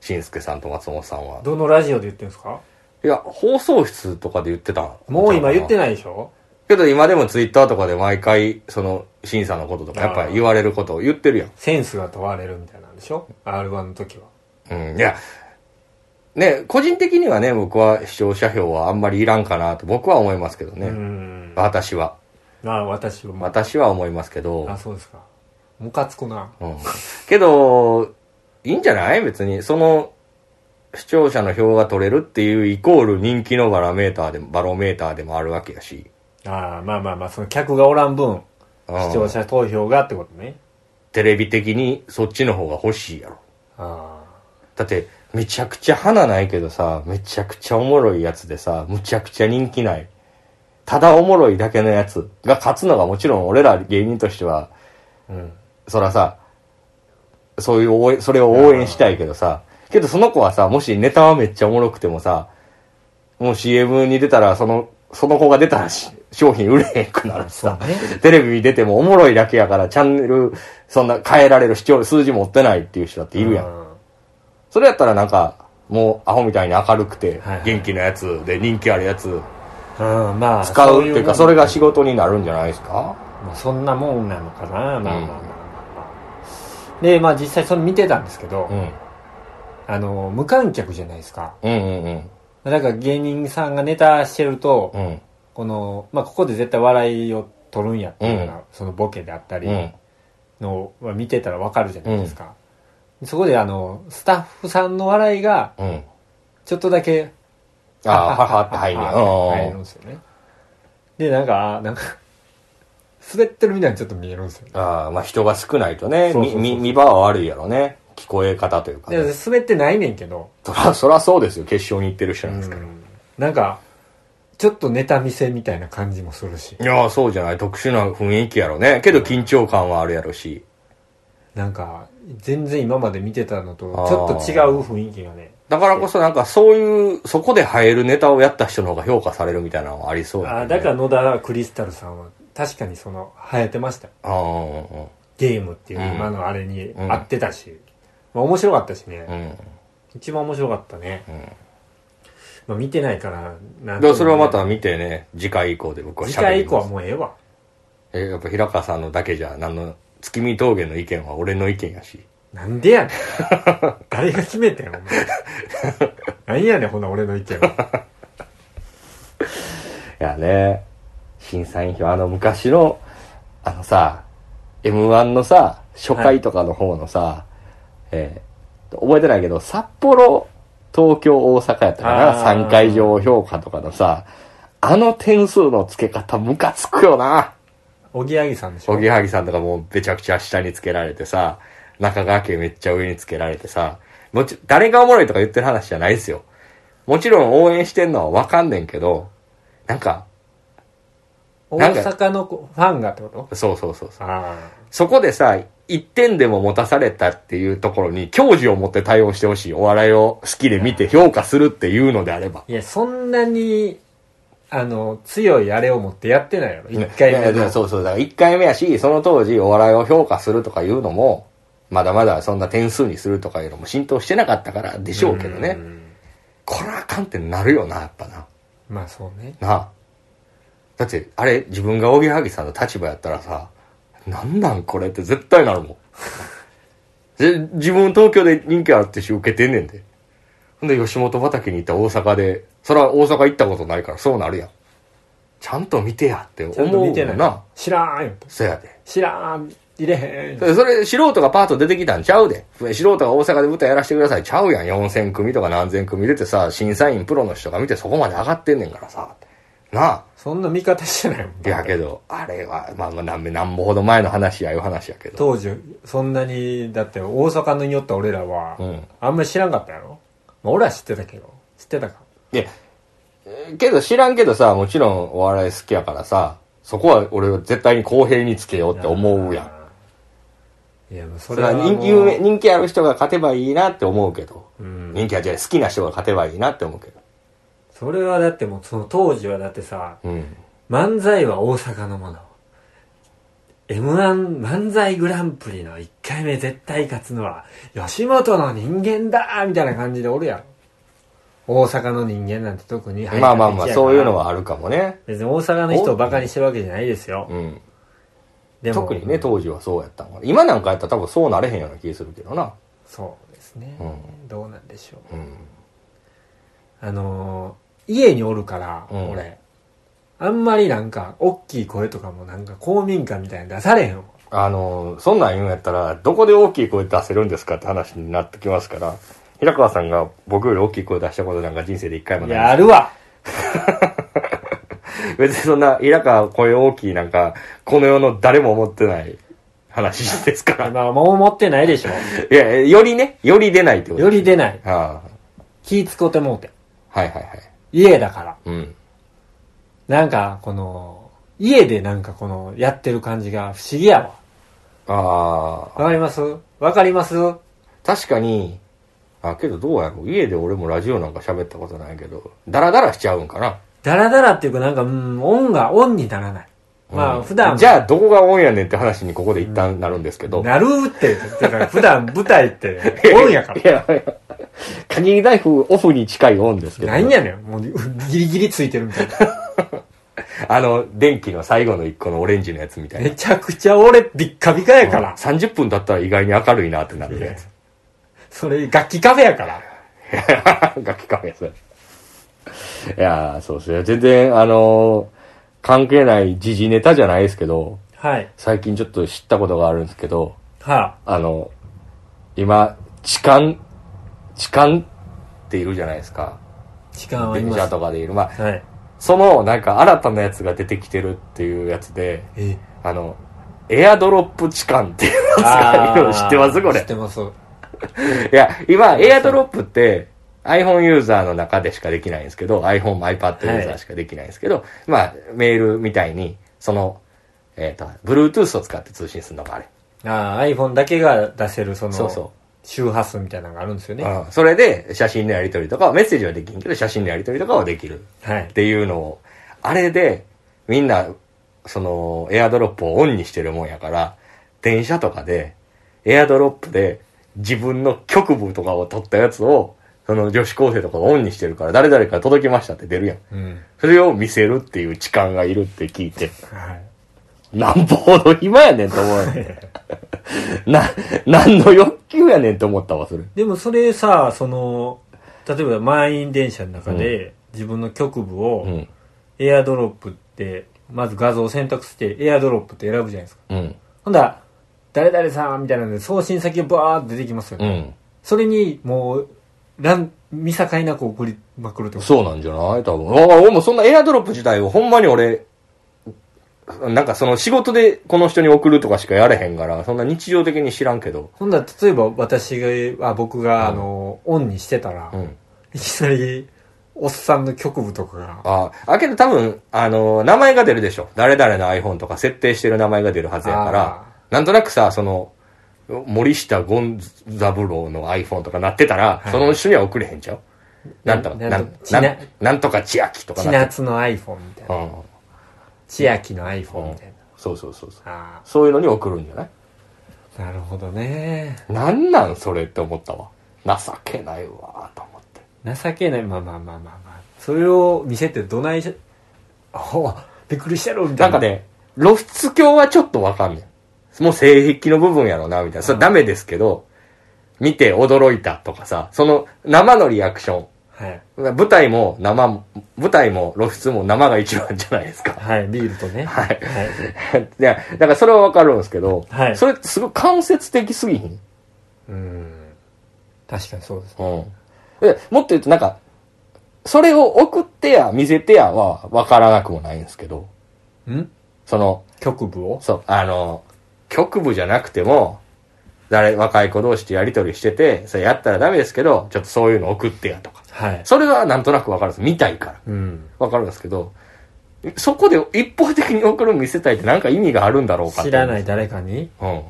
Speaker 2: しんすけさんと松本さんは。
Speaker 1: どのラジオで言ってるんですか
Speaker 2: いや、放送室とかで言ってたんちゃかな
Speaker 1: もう今言ってないでしょ
Speaker 2: けど今でもツイッターとかで毎回、その、審査のこととか、やっぱり言われることを言ってるやん。
Speaker 1: センスが問われるみたいなんでしょ ?R1 の時は。
Speaker 2: うん、いや、ね、個人的にはね、僕は視聴者票はあんまりいらんかなと僕は思いますけどね。
Speaker 1: うん。
Speaker 2: 私は。
Speaker 1: まあ私は、ま
Speaker 2: 私は思いますけど
Speaker 1: あ、。そうですか。ムカつくな。
Speaker 2: うん、けど、いいんじゃない別に。その、視聴者の票が取れるっていうイコール人気のバロメーターでも、バロメーターでもあるわけやし。
Speaker 1: ああ、まあまあまあ、その客がおらん分、
Speaker 2: うん
Speaker 1: 視聴者投票がってことね。
Speaker 2: テレビ的にそっちの方が欲しいやろ。
Speaker 1: あ
Speaker 2: だって、めちゃくちゃ花ないけどさ、めちゃくちゃおもろいやつでさ、むちゃくちゃ人気ない。ただおもろいだけのやつが勝つのがもちろん俺ら芸人としては、
Speaker 1: あ。うん。
Speaker 2: そらさ、そういう応援、それを応援したいけどさ、けどその子はさ、もしネタはめっちゃおもろくてもさ、もう CM に出たら、その、その子が出たらし商品売れへんくなるしさ
Speaker 1: そうね、
Speaker 2: テレビに出てもおもろいだけやから、チャンネル、そんな変えられる視聴、数字持ってないっていう人だっているやん。
Speaker 1: うん
Speaker 2: それやったらなんか、もうアホみたいに明るくて
Speaker 1: はいは、い
Speaker 2: 元気なやつで人気あるやつ、
Speaker 1: うん、まあ。
Speaker 2: 使うっていうか、
Speaker 1: そ
Speaker 2: そ
Speaker 1: れ
Speaker 2: れ
Speaker 1: が
Speaker 2: が仕事になるんじゃないですか
Speaker 1: まあ、そんなもんなのかな、まあまあまあまあまあでまあ実際それ見てたんですけど、
Speaker 2: うん。
Speaker 1: あの無観客じゃないですか
Speaker 2: うんうん
Speaker 1: だから芸人さんがネタしてると、
Speaker 2: うん。うん。
Speaker 1: この、まあ、ここで絶対笑いを取るんやっていうような、
Speaker 2: う
Speaker 1: そのボケであったり
Speaker 2: うん。
Speaker 1: のは見てたらわかるじゃないですか、そこであのスタッフさんの笑いが
Speaker 2: うん。
Speaker 1: ちょっとだけ
Speaker 2: ああ、ははって入る
Speaker 1: は
Speaker 2: [LAUGHS] やん。
Speaker 1: はは入るんですよねでなんかあなんか [LAUGHS] 滑ってるみたいにちょっと見えるんですよね
Speaker 2: ああ、まあ人が少ないとね、
Speaker 1: そうそう
Speaker 2: み
Speaker 1: そう
Speaker 2: み見場は悪いやろね。聞こえ方というかね、
Speaker 1: で滑ってないねんけど
Speaker 2: そら、そらそうですよ、決勝に行ってる人なんですから。
Speaker 1: なんかちょっとネタ見せみたいな感じもするし
Speaker 2: いやーそうじゃない。特殊な雰囲気やろね。けど緊張感はあるやろし。
Speaker 1: なんか全然今まで見てたのと
Speaker 2: あー
Speaker 1: ちょっと違う雰囲気がね
Speaker 2: だからこそなんかそういう、そこで入るネタをやった人の方が評価されるみたいなのはありそう
Speaker 1: あ
Speaker 2: や
Speaker 1: ー
Speaker 2: ね。
Speaker 1: だから野田クリスタルさんは確かにその生えてました
Speaker 2: あー
Speaker 1: ゲームっていう
Speaker 2: うん
Speaker 1: 今のあれに
Speaker 2: うん
Speaker 1: 合ってたし、まあ、面白かったしね、
Speaker 2: うんうん。
Speaker 1: 一番面白かったね、まあ、見てないからな
Speaker 2: うん
Speaker 1: と
Speaker 2: ん。で
Speaker 1: も
Speaker 2: もそれはまた見てね、次回以降で僕は
Speaker 1: 次
Speaker 2: 喋ります。
Speaker 1: 回以降はもうええわ
Speaker 2: え、やっぱ平川さんのだけじゃ、何の、月見峠の意見は俺の意見やし。
Speaker 1: なんで
Speaker 2: [LAUGHS]
Speaker 1: やねん誰が決めてんお前なんやねんほな俺の意見はい
Speaker 2: やね、審査員票、あの昔の、あのさ、M1 のさ、初回とかの方のさ、えー覚えてないけど、札幌、東京、大阪やったかな、
Speaker 1: あー
Speaker 2: 3回上評価とかのさ、あの点数の付け方ムカつくよな。
Speaker 1: おぎやはぎさんでしょ
Speaker 2: おぎはぎさんとかもうめちゃくちゃ下につけられてさ、中川家めっちゃ上につけられてさ、もち、誰がおもろいとか言ってる話じゃないですよ。もちろん応援してんのはわかんねんけど、なんか、
Speaker 1: 大
Speaker 2: なんか
Speaker 1: 阪の子ファンがってこと
Speaker 2: そうそうそうそう。
Speaker 1: あ
Speaker 2: そこでさ、一点でも持たされたっていうところに、教授を持って対応してほしい。お笑いを好きで見て評価するっていうのであれば。
Speaker 1: いやそんなにあの強いあれを持ってやってないやろ1回
Speaker 2: いや
Speaker 1: 目
Speaker 2: いや
Speaker 1: の
Speaker 2: そうそう。だから一回目やし、その当時お笑いを評価するとかいうのも、まだまだそんな点数にするとかいうのも浸透してなかったからでしょうけどね。これあかんってなるよな、やっぱな。
Speaker 1: まあそうね
Speaker 2: なあ。だって、あれ、自分がおぎやはぎさんの立場やったらさ、なんなんこれって絶対な [LAUGHS] るもん。で自分東京で人気あるってし受けてんねんで。で、吉本畑に行った大阪で、それは大阪行ったことないからそうなるやん。ちゃんと見てやって
Speaker 1: ちゃ
Speaker 2: 思
Speaker 1: んと
Speaker 2: うも
Speaker 1: 見
Speaker 2: ん
Speaker 1: てない
Speaker 2: な。
Speaker 1: 知らんよ
Speaker 2: そやで。
Speaker 1: 知らん入れへん
Speaker 2: それ、素人がパート出てきたんちゃうで。素人が大阪で歌やらせてください。ちゃうやん。4000組とか何千組出てさ、審査員プロの人が見てそこまで上がってんねんからさ。なあ。
Speaker 1: そんな見方してないもん
Speaker 2: いやけど、あれは、まあ、まあなんべなんぼほど前の話やいう話やけど。
Speaker 1: 当時そんなにだって大阪に寄った俺らは、
Speaker 2: うん
Speaker 1: あんまり知らんかったやろ、まあ、俺は知ってたけど知ってたか
Speaker 2: いや、えーけど知らんけどさ、もちろんお笑い好きやからさ、そこは俺は絶対に公平につけようって思うやん。
Speaker 1: んいやもうそ
Speaker 2: そ
Speaker 1: れは
Speaker 2: れは
Speaker 1: もう
Speaker 2: 人気有名人気ある人が勝てばいいなって思うけど、
Speaker 1: うん
Speaker 2: 人気あるじゃない好きな人が勝てばいいなって思うけど。
Speaker 1: それはだってもうその当時はだってさ
Speaker 2: うん。
Speaker 1: 漫才は大阪のもの m 1漫才グランプリの1回目絶対勝つのは吉本の人間だみたいな感じでおるやろ大阪の人間なんて特に
Speaker 2: まあまあまあ、そういうの
Speaker 1: は
Speaker 2: はあるかもね。
Speaker 1: 別に大阪の人をバカにしてるわけじゃないですよ
Speaker 2: うん。
Speaker 1: でも
Speaker 2: 特にね、当時はそうやったんかな今なんかやったら多分そうなれへんような気するけどな。
Speaker 1: そうですね、
Speaker 2: う
Speaker 1: どうなんでしょう
Speaker 2: うん。
Speaker 1: あのー家におるから、
Speaker 2: うん
Speaker 1: 俺あんまりなんか大きい声とかもなんか公民館みたいに出されへんわ
Speaker 2: あの、そんなん言うんやったら、どこで大きい声出せるんですかって話になってきますから、平川さんが僕より大きい声出したことなんか人生で一回も
Speaker 1: い
Speaker 2: ない
Speaker 1: やあるわ
Speaker 2: 別にそんな、平川声大きいなんか、この世の誰も思ってない話ですから。
Speaker 1: まあもう思ってないでしょ
Speaker 2: いや、よりね、より出ないってこと
Speaker 1: より出ない
Speaker 2: あ
Speaker 1: 気ぃ使うてもうて
Speaker 2: あはいはいはい。
Speaker 1: 家だから
Speaker 2: うん。
Speaker 1: なんかこの家でなんかこのやってる感じが不思議やわ
Speaker 2: ああ。
Speaker 1: わかりますわかります
Speaker 2: 確かに、あ、けどどうやろう家で俺もラジオなんか喋ったことないけど、ダラダラしちゃうんかな。
Speaker 1: ダラダラっていうかなんかうんオンがオンにならないまあ
Speaker 2: うん
Speaker 1: 普段
Speaker 2: じゃあどこがオンやねんって話にここで一旦なるんですけど。
Speaker 1: なるって言ってたから普段舞台
Speaker 2: [LAUGHS]
Speaker 1: ってオンやから
Speaker 2: いやいや、限りナイフオフに近いオンですけど、
Speaker 1: なんやねん。もう、ギリギリついてるみたいな。
Speaker 2: あの、電気の最後の一個のオレンジのやつみたいな
Speaker 1: め。ちゃくちゃ俺、ビッカビカやから。
Speaker 2: 30分だったら意外に明るいなってなるやつ。
Speaker 1: それ、楽器カフェやから。
Speaker 2: [LAUGHS] 楽器カフェそれ。いやー、そうですね。全然、あのー関係ない時事ネタじゃないですけど、
Speaker 1: はい。
Speaker 2: 最近ちょっと知ったことがあるんですけど、
Speaker 1: は
Speaker 2: あの、今、痴漢、痴漢っているじゃないですか。
Speaker 1: い。時間はあり
Speaker 2: 電
Speaker 1: ま
Speaker 2: 車
Speaker 1: す。
Speaker 2: とかでいる。まあ、
Speaker 1: はい。
Speaker 2: その、なんか新たなやつが出てきてるっていうやつで、
Speaker 1: え
Speaker 2: あの、エアドロップ痴漢っていうやつがいるの知ってますこ
Speaker 1: 知っ
Speaker 2: れ。
Speaker 1: てます。
Speaker 2: いや、今、エアドロップって、iPhone ユーザーの中でしかできないんですけど、iPhone、iPad ユーザーしかできないんですけど、まあ、メールみたいに、その、えっ、と、Bluetooth を使って通信するのがあれ。
Speaker 1: ああ、iPhone だけが出せる、その、
Speaker 2: そうそ
Speaker 1: 周波数みたいなのがあるんですよね。
Speaker 2: うんそれで、写真のやり取りとかは、メッセージはできんけど、写真のやり取りとかはできる。
Speaker 1: はい
Speaker 2: っ。ていうのを、あれで、みんな、その、エアドロップをオンにしてるもんやから、電車とかで、エアドロップで、自分の局部とかを撮ったやつを、その女子高生とかがオンにしてるから、誰々から届きましたって出るやん。
Speaker 1: うん。
Speaker 2: それを見せるっていう痴漢がいるって聞いて、
Speaker 1: はい。
Speaker 2: なんぼほど暇やねんと思うよ。
Speaker 1: [LAUGHS]
Speaker 2: な、何の欲求やねんと思ったわ、それ。
Speaker 1: でもそれさ、その、例えば満員電車の中で、自分の局部
Speaker 2: う
Speaker 1: を、
Speaker 2: ん。
Speaker 1: エアドロップって、まず画像を選択して、エアドロップって選ぶじゃないですか。
Speaker 2: うん。
Speaker 1: ほんだら、誰々さんみたいなので送信先がバーって出てきますよ
Speaker 2: う
Speaker 1: ね。
Speaker 2: ん。
Speaker 1: それに、もう、らん、見境なく送りまくるってこと
Speaker 2: そうなんじゃない多分。あ俺もそんなエアドロップ自体をほんまに俺、なんかその仕事でこの人に送るとかしかやれへんから、そんな日常的に知らんけど。
Speaker 1: ほんだら、例えば私が、あ僕が、あの、オンにしてたら、
Speaker 2: うん。
Speaker 1: いきなり、おっさんの局部とかが、
Speaker 2: ああ、けど多分、あの名前が出るでしょ。誰々の iPhone とか設定してる名前が出るはずやか
Speaker 1: あ
Speaker 2: ら、なんとなくさ、その、森下ゴンザブローの iPhone とかなってたら、
Speaker 1: い
Speaker 2: その人には送れへんちゃうなんとか、
Speaker 1: な
Speaker 2: なんん
Speaker 1: ちな
Speaker 2: なんなんとか千秋とか
Speaker 1: 千
Speaker 2: なって
Speaker 1: 夏の iPhone みたいな。
Speaker 2: うん。
Speaker 1: 千秋の iPhone みたいな。
Speaker 2: そうそうそうそう。
Speaker 1: あ
Speaker 2: そういうのに送るんじゃない
Speaker 1: あ、なるほどね。
Speaker 2: なんなんそれって思ったわ。情けないわ、と思って。
Speaker 1: 情けない。まあまあまあまあまあ。それを見せてどないし、あ、びっくりしてるみた
Speaker 2: ないん
Speaker 1: な。
Speaker 2: かね、露出鏡はちょっとわかんねん。もう性癖の部分やろな、みたいな。それダメですけど、見て驚いたとかさ、その生のリアクション。
Speaker 1: はい。
Speaker 2: 舞台も生も、舞台も露出も生が一番じゃないですか。 [LAUGHS]
Speaker 1: はい、ビールとね。。
Speaker 2: はい
Speaker 1: はい。
Speaker 2: いや、だからそれはわかるんですけど、
Speaker 1: はい
Speaker 2: それすごい間接的すぎひん。
Speaker 1: うん。確かにそうです。
Speaker 2: うん。でもっと言うとなんか、それを送ってや、見せてやはわからなくもないんですけど、
Speaker 1: ん
Speaker 2: その、
Speaker 1: 局部を
Speaker 2: そう、あの、局部じゃなくても、誰、若い子同士でやりとりしてて、それやったらダメですけど、ちょっとそういうの送ってやとか。
Speaker 1: はい。
Speaker 2: それはなんとなくわかるんです。見たいから。
Speaker 1: うん。
Speaker 2: わかるんですけど、そこで一方的に送るの見せたいってなんか意味があるんだろうか。
Speaker 1: 知らないい誰かに
Speaker 2: うん。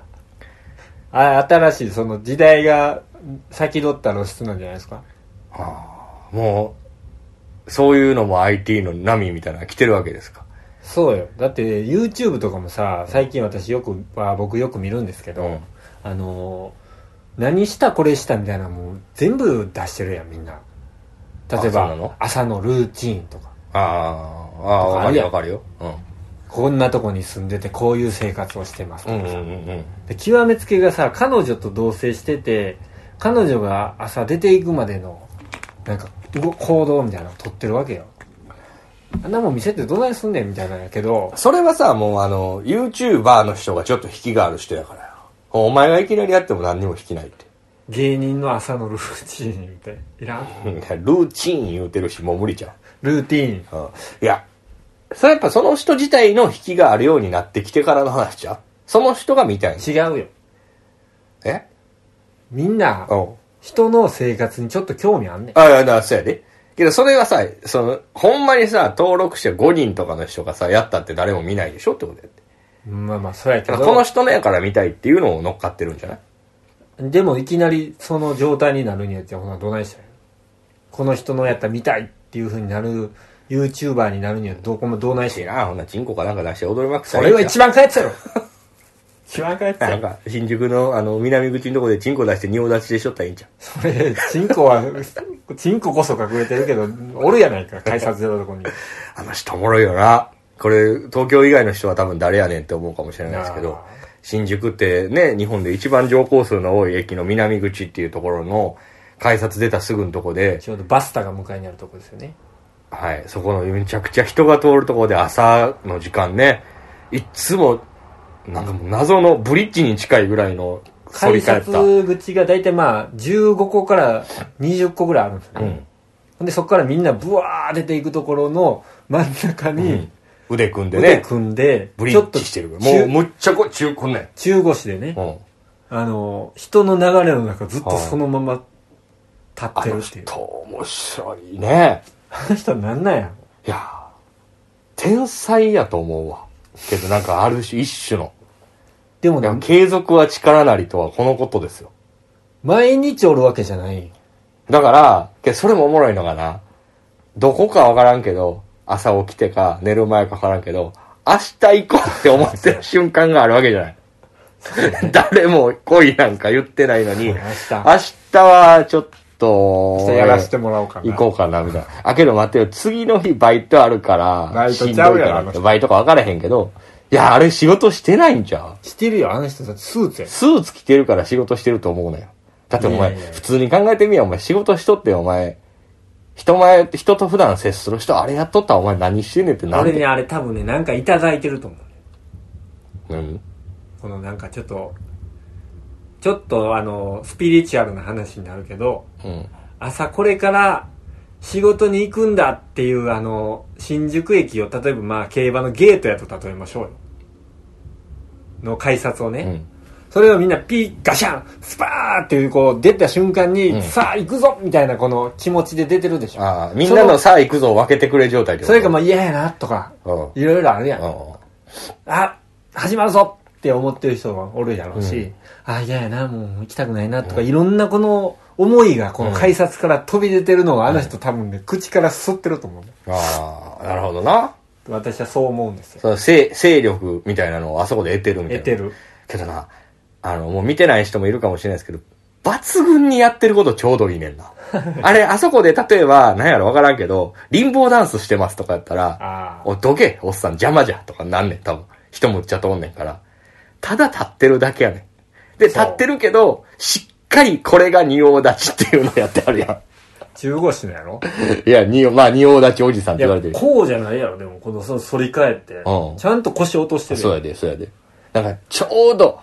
Speaker 1: [LAUGHS] あ、新しい、その時代が先取った露出なんじゃないですか
Speaker 2: もう、そういうのも IT の波みたいなのが来てるわけですか。
Speaker 1: そうよ。だって YouTube とかもさ、最近私よく、は僕よく見るんですけど、
Speaker 2: うん
Speaker 1: あのー、何したこれしたみたいなのもう全部出してるやん、みんな。例え
Speaker 2: あそうな
Speaker 1: ば
Speaker 2: の、
Speaker 1: 朝のルーチンとか、
Speaker 2: ああ、ああ、わかるよわかるよ。う
Speaker 1: こんなとこに住んでてこういう生活をしてますと
Speaker 2: ん。う
Speaker 1: か
Speaker 2: んうん
Speaker 1: さ、
Speaker 2: うんうん。
Speaker 1: で極めつけがさ、彼女と同棲してて、彼女が朝出ていくまでの、なんか、動行動みたいなのを取ってるわけよ。あんなもん見せてどないすんねんみたいなんやけど、
Speaker 2: それはさ、もうあの、YouTuber の人がちょっと引きがある人やからよ。お前がいきなりやっても何にも引きないって。 [LAUGHS]
Speaker 1: 芸人の朝のルーチン言うて、いらん
Speaker 2: うんルーチン言うてるし、もう無理じゃん。
Speaker 1: ルーティーン。
Speaker 2: うんいや、それやっぱその人自体の引きがあるようになってきてからの話じゃん。その人が見たいん
Speaker 1: 違うよ
Speaker 2: え
Speaker 1: みんな
Speaker 2: うん。
Speaker 1: 人の生活にちょっと興味あんねん
Speaker 2: あ、いや、だからそうやで。けど、それはさ、その、ほんまにさ、登録者5人とかの人がさ、やったって誰も見ないでしょってことやって。
Speaker 1: まあまあそりゃけ
Speaker 2: だ
Speaker 1: ど
Speaker 2: からこの人のやから見たいっていうのを乗っかってるんじゃない
Speaker 1: でもいきなりその状態になるにやってほなどないしたんやこの人のやったら見たいっていう風になる YouTuber になるにはどこもどうないし
Speaker 2: 知らん、ほんな、チンコかなんか出して踊りまくった
Speaker 1: そ
Speaker 2: らい
Speaker 1: れ
Speaker 2: い
Speaker 1: は
Speaker 2: じゃん
Speaker 1: 一番帰ってたろ一番帰ってた
Speaker 2: なん
Speaker 1: よ
Speaker 2: か、新宿の、あの、南口のとこでチンコ出して仁王立ちでしょったらいいんじゃん。
Speaker 1: それチンコはチンコこそ隠れてるけどおるやない [LAUGHS] か改札出たとこに
Speaker 2: あの人おもろいよな。これ、東京以外の人は多分誰やねんって思うかもしれないですけど
Speaker 1: あ、
Speaker 2: 新宿ってね、日本で一番乗降数の多い駅の南口っていうところの、改札出たすぐのとこで、
Speaker 1: ちょうどバスタが迎えにあるとこですよね
Speaker 2: はい、そこのめちゃくちゃ人が通るところで朝の時間ね、いっつも、なんかもう謎のブリッジに近いぐらいの反り
Speaker 1: 改
Speaker 2: 返っ
Speaker 1: 札
Speaker 2: た。
Speaker 1: 口が大体まあ15個から20個ぐらいあるんですよね、
Speaker 2: うん。
Speaker 1: で、そこからみんなブワー出ていくところの真ん中に
Speaker 2: 腕組んで
Speaker 1: 腕
Speaker 2: ね、
Speaker 1: 組んで、
Speaker 2: ブリ
Speaker 1: ちょっ
Speaker 2: ッ
Speaker 1: と
Speaker 2: ジしてる。もう
Speaker 1: 中
Speaker 2: むっちゃこ、中、こんね
Speaker 1: 中腰でね
Speaker 2: ん。う、ん。
Speaker 1: あの、人の流れの中ずっとそのまま立っ
Speaker 2: あ
Speaker 1: てる
Speaker 2: の
Speaker 1: っていう。
Speaker 2: 人、面白いね。
Speaker 1: あの人なんなんや
Speaker 2: いやー天才やと思うわ。けどなんかある種、一種の。
Speaker 1: でも
Speaker 2: いや
Speaker 1: ね、
Speaker 2: 継続は力なりとはこのことですよ。
Speaker 1: 毎日おるわけじゃない。
Speaker 2: だから、けどそれもおもろいのかな。どこかわからんけど、朝起きてか寝る前かわからんけど、明日行こうって思ってる瞬間があるわけじゃない。誰も恋なんか言ってないのに、
Speaker 1: 明
Speaker 2: 明
Speaker 1: 日、
Speaker 2: 日はちょっと、
Speaker 1: 明日やらせてもらおうかな。
Speaker 2: 行こうかな、みたいな。あ、けど待ってよ、次の日バイトあるから、
Speaker 1: バイトちゃうやろ
Speaker 2: しんどいかな
Speaker 1: あの
Speaker 2: って
Speaker 1: 人
Speaker 2: バイトか分からへんけど、いや、あれ仕事してないんじゃう
Speaker 1: してるよ、あの人たちスーツや。
Speaker 2: スーツ着てるから仕事してると思うのよ。だってお
Speaker 1: いや
Speaker 2: 前、
Speaker 1: いやいや
Speaker 2: 普通に考えてみよ、お前仕事しとってよ、お前。人前、人と普段接する人、あれやっとったらお前何してんねんってなん
Speaker 1: 俺ね、
Speaker 2: で。
Speaker 1: あれ多分ね、なんかいただいてると思う。
Speaker 2: うん。
Speaker 1: このなんかちょっと、ちょっとあの、スピリチュアルな話になるけど、
Speaker 2: うん。
Speaker 1: 朝これから仕事に行くんだっていうあの新宿駅を例えばまあ競馬のゲートやと例えましょうよの改札をね、
Speaker 2: うん。
Speaker 1: それをみんなピーガシャンスパーっていうこう出た瞬間に、
Speaker 2: ん
Speaker 1: さあ行くぞみたいなこの気持ちで出てるでしょ
Speaker 2: ああ、みんなのさあ行くぞを分けてくれ状態で。
Speaker 1: それがまあ嫌やなとか
Speaker 2: うん
Speaker 1: いろいろあるやん、
Speaker 2: うん。
Speaker 1: あ始まるぞって思ってる人もおるやろうし、あ嫌やなもう行きたくないなとか、いろんなこの思いがこの改札から飛び出てるのがあの人多分ね、口からすってると思う、
Speaker 2: ああ、なるほどな。
Speaker 1: 私はそう思うんですよ
Speaker 2: その勢、勢力みたいなのをあそこで得てるみたい
Speaker 1: 得
Speaker 2: な。
Speaker 1: てる
Speaker 2: けどな、あの、もう見てない人もいるかもしれないですけど、抜群にやってることちょうどいい
Speaker 1: [LAUGHS]
Speaker 2: ねんな。あれ、あそこで例えば、なんやろわからんけど、リンボーダンスしてますとかやった
Speaker 1: あ
Speaker 2: ら、
Speaker 1: ー
Speaker 2: お、どけ、おっさん邪魔じゃとかなんねん、多分。人むっちゃ通んねんから。ただ立ってるだけやねん。で、立
Speaker 1: そう
Speaker 2: ってるけど、しっかりこれが仁王立ちっていうのやってあるや
Speaker 1: 中腰のやろ
Speaker 2: ん。いや、仁王、まあ仁王立ちおじさんっ
Speaker 1: い
Speaker 2: て
Speaker 1: や
Speaker 2: 言われてる。
Speaker 1: こうじゃないやろでもこのその反り返って、
Speaker 2: うん
Speaker 1: ちゃんと腰落としてる
Speaker 2: そうやで、そうやで。なんか、ちょうど、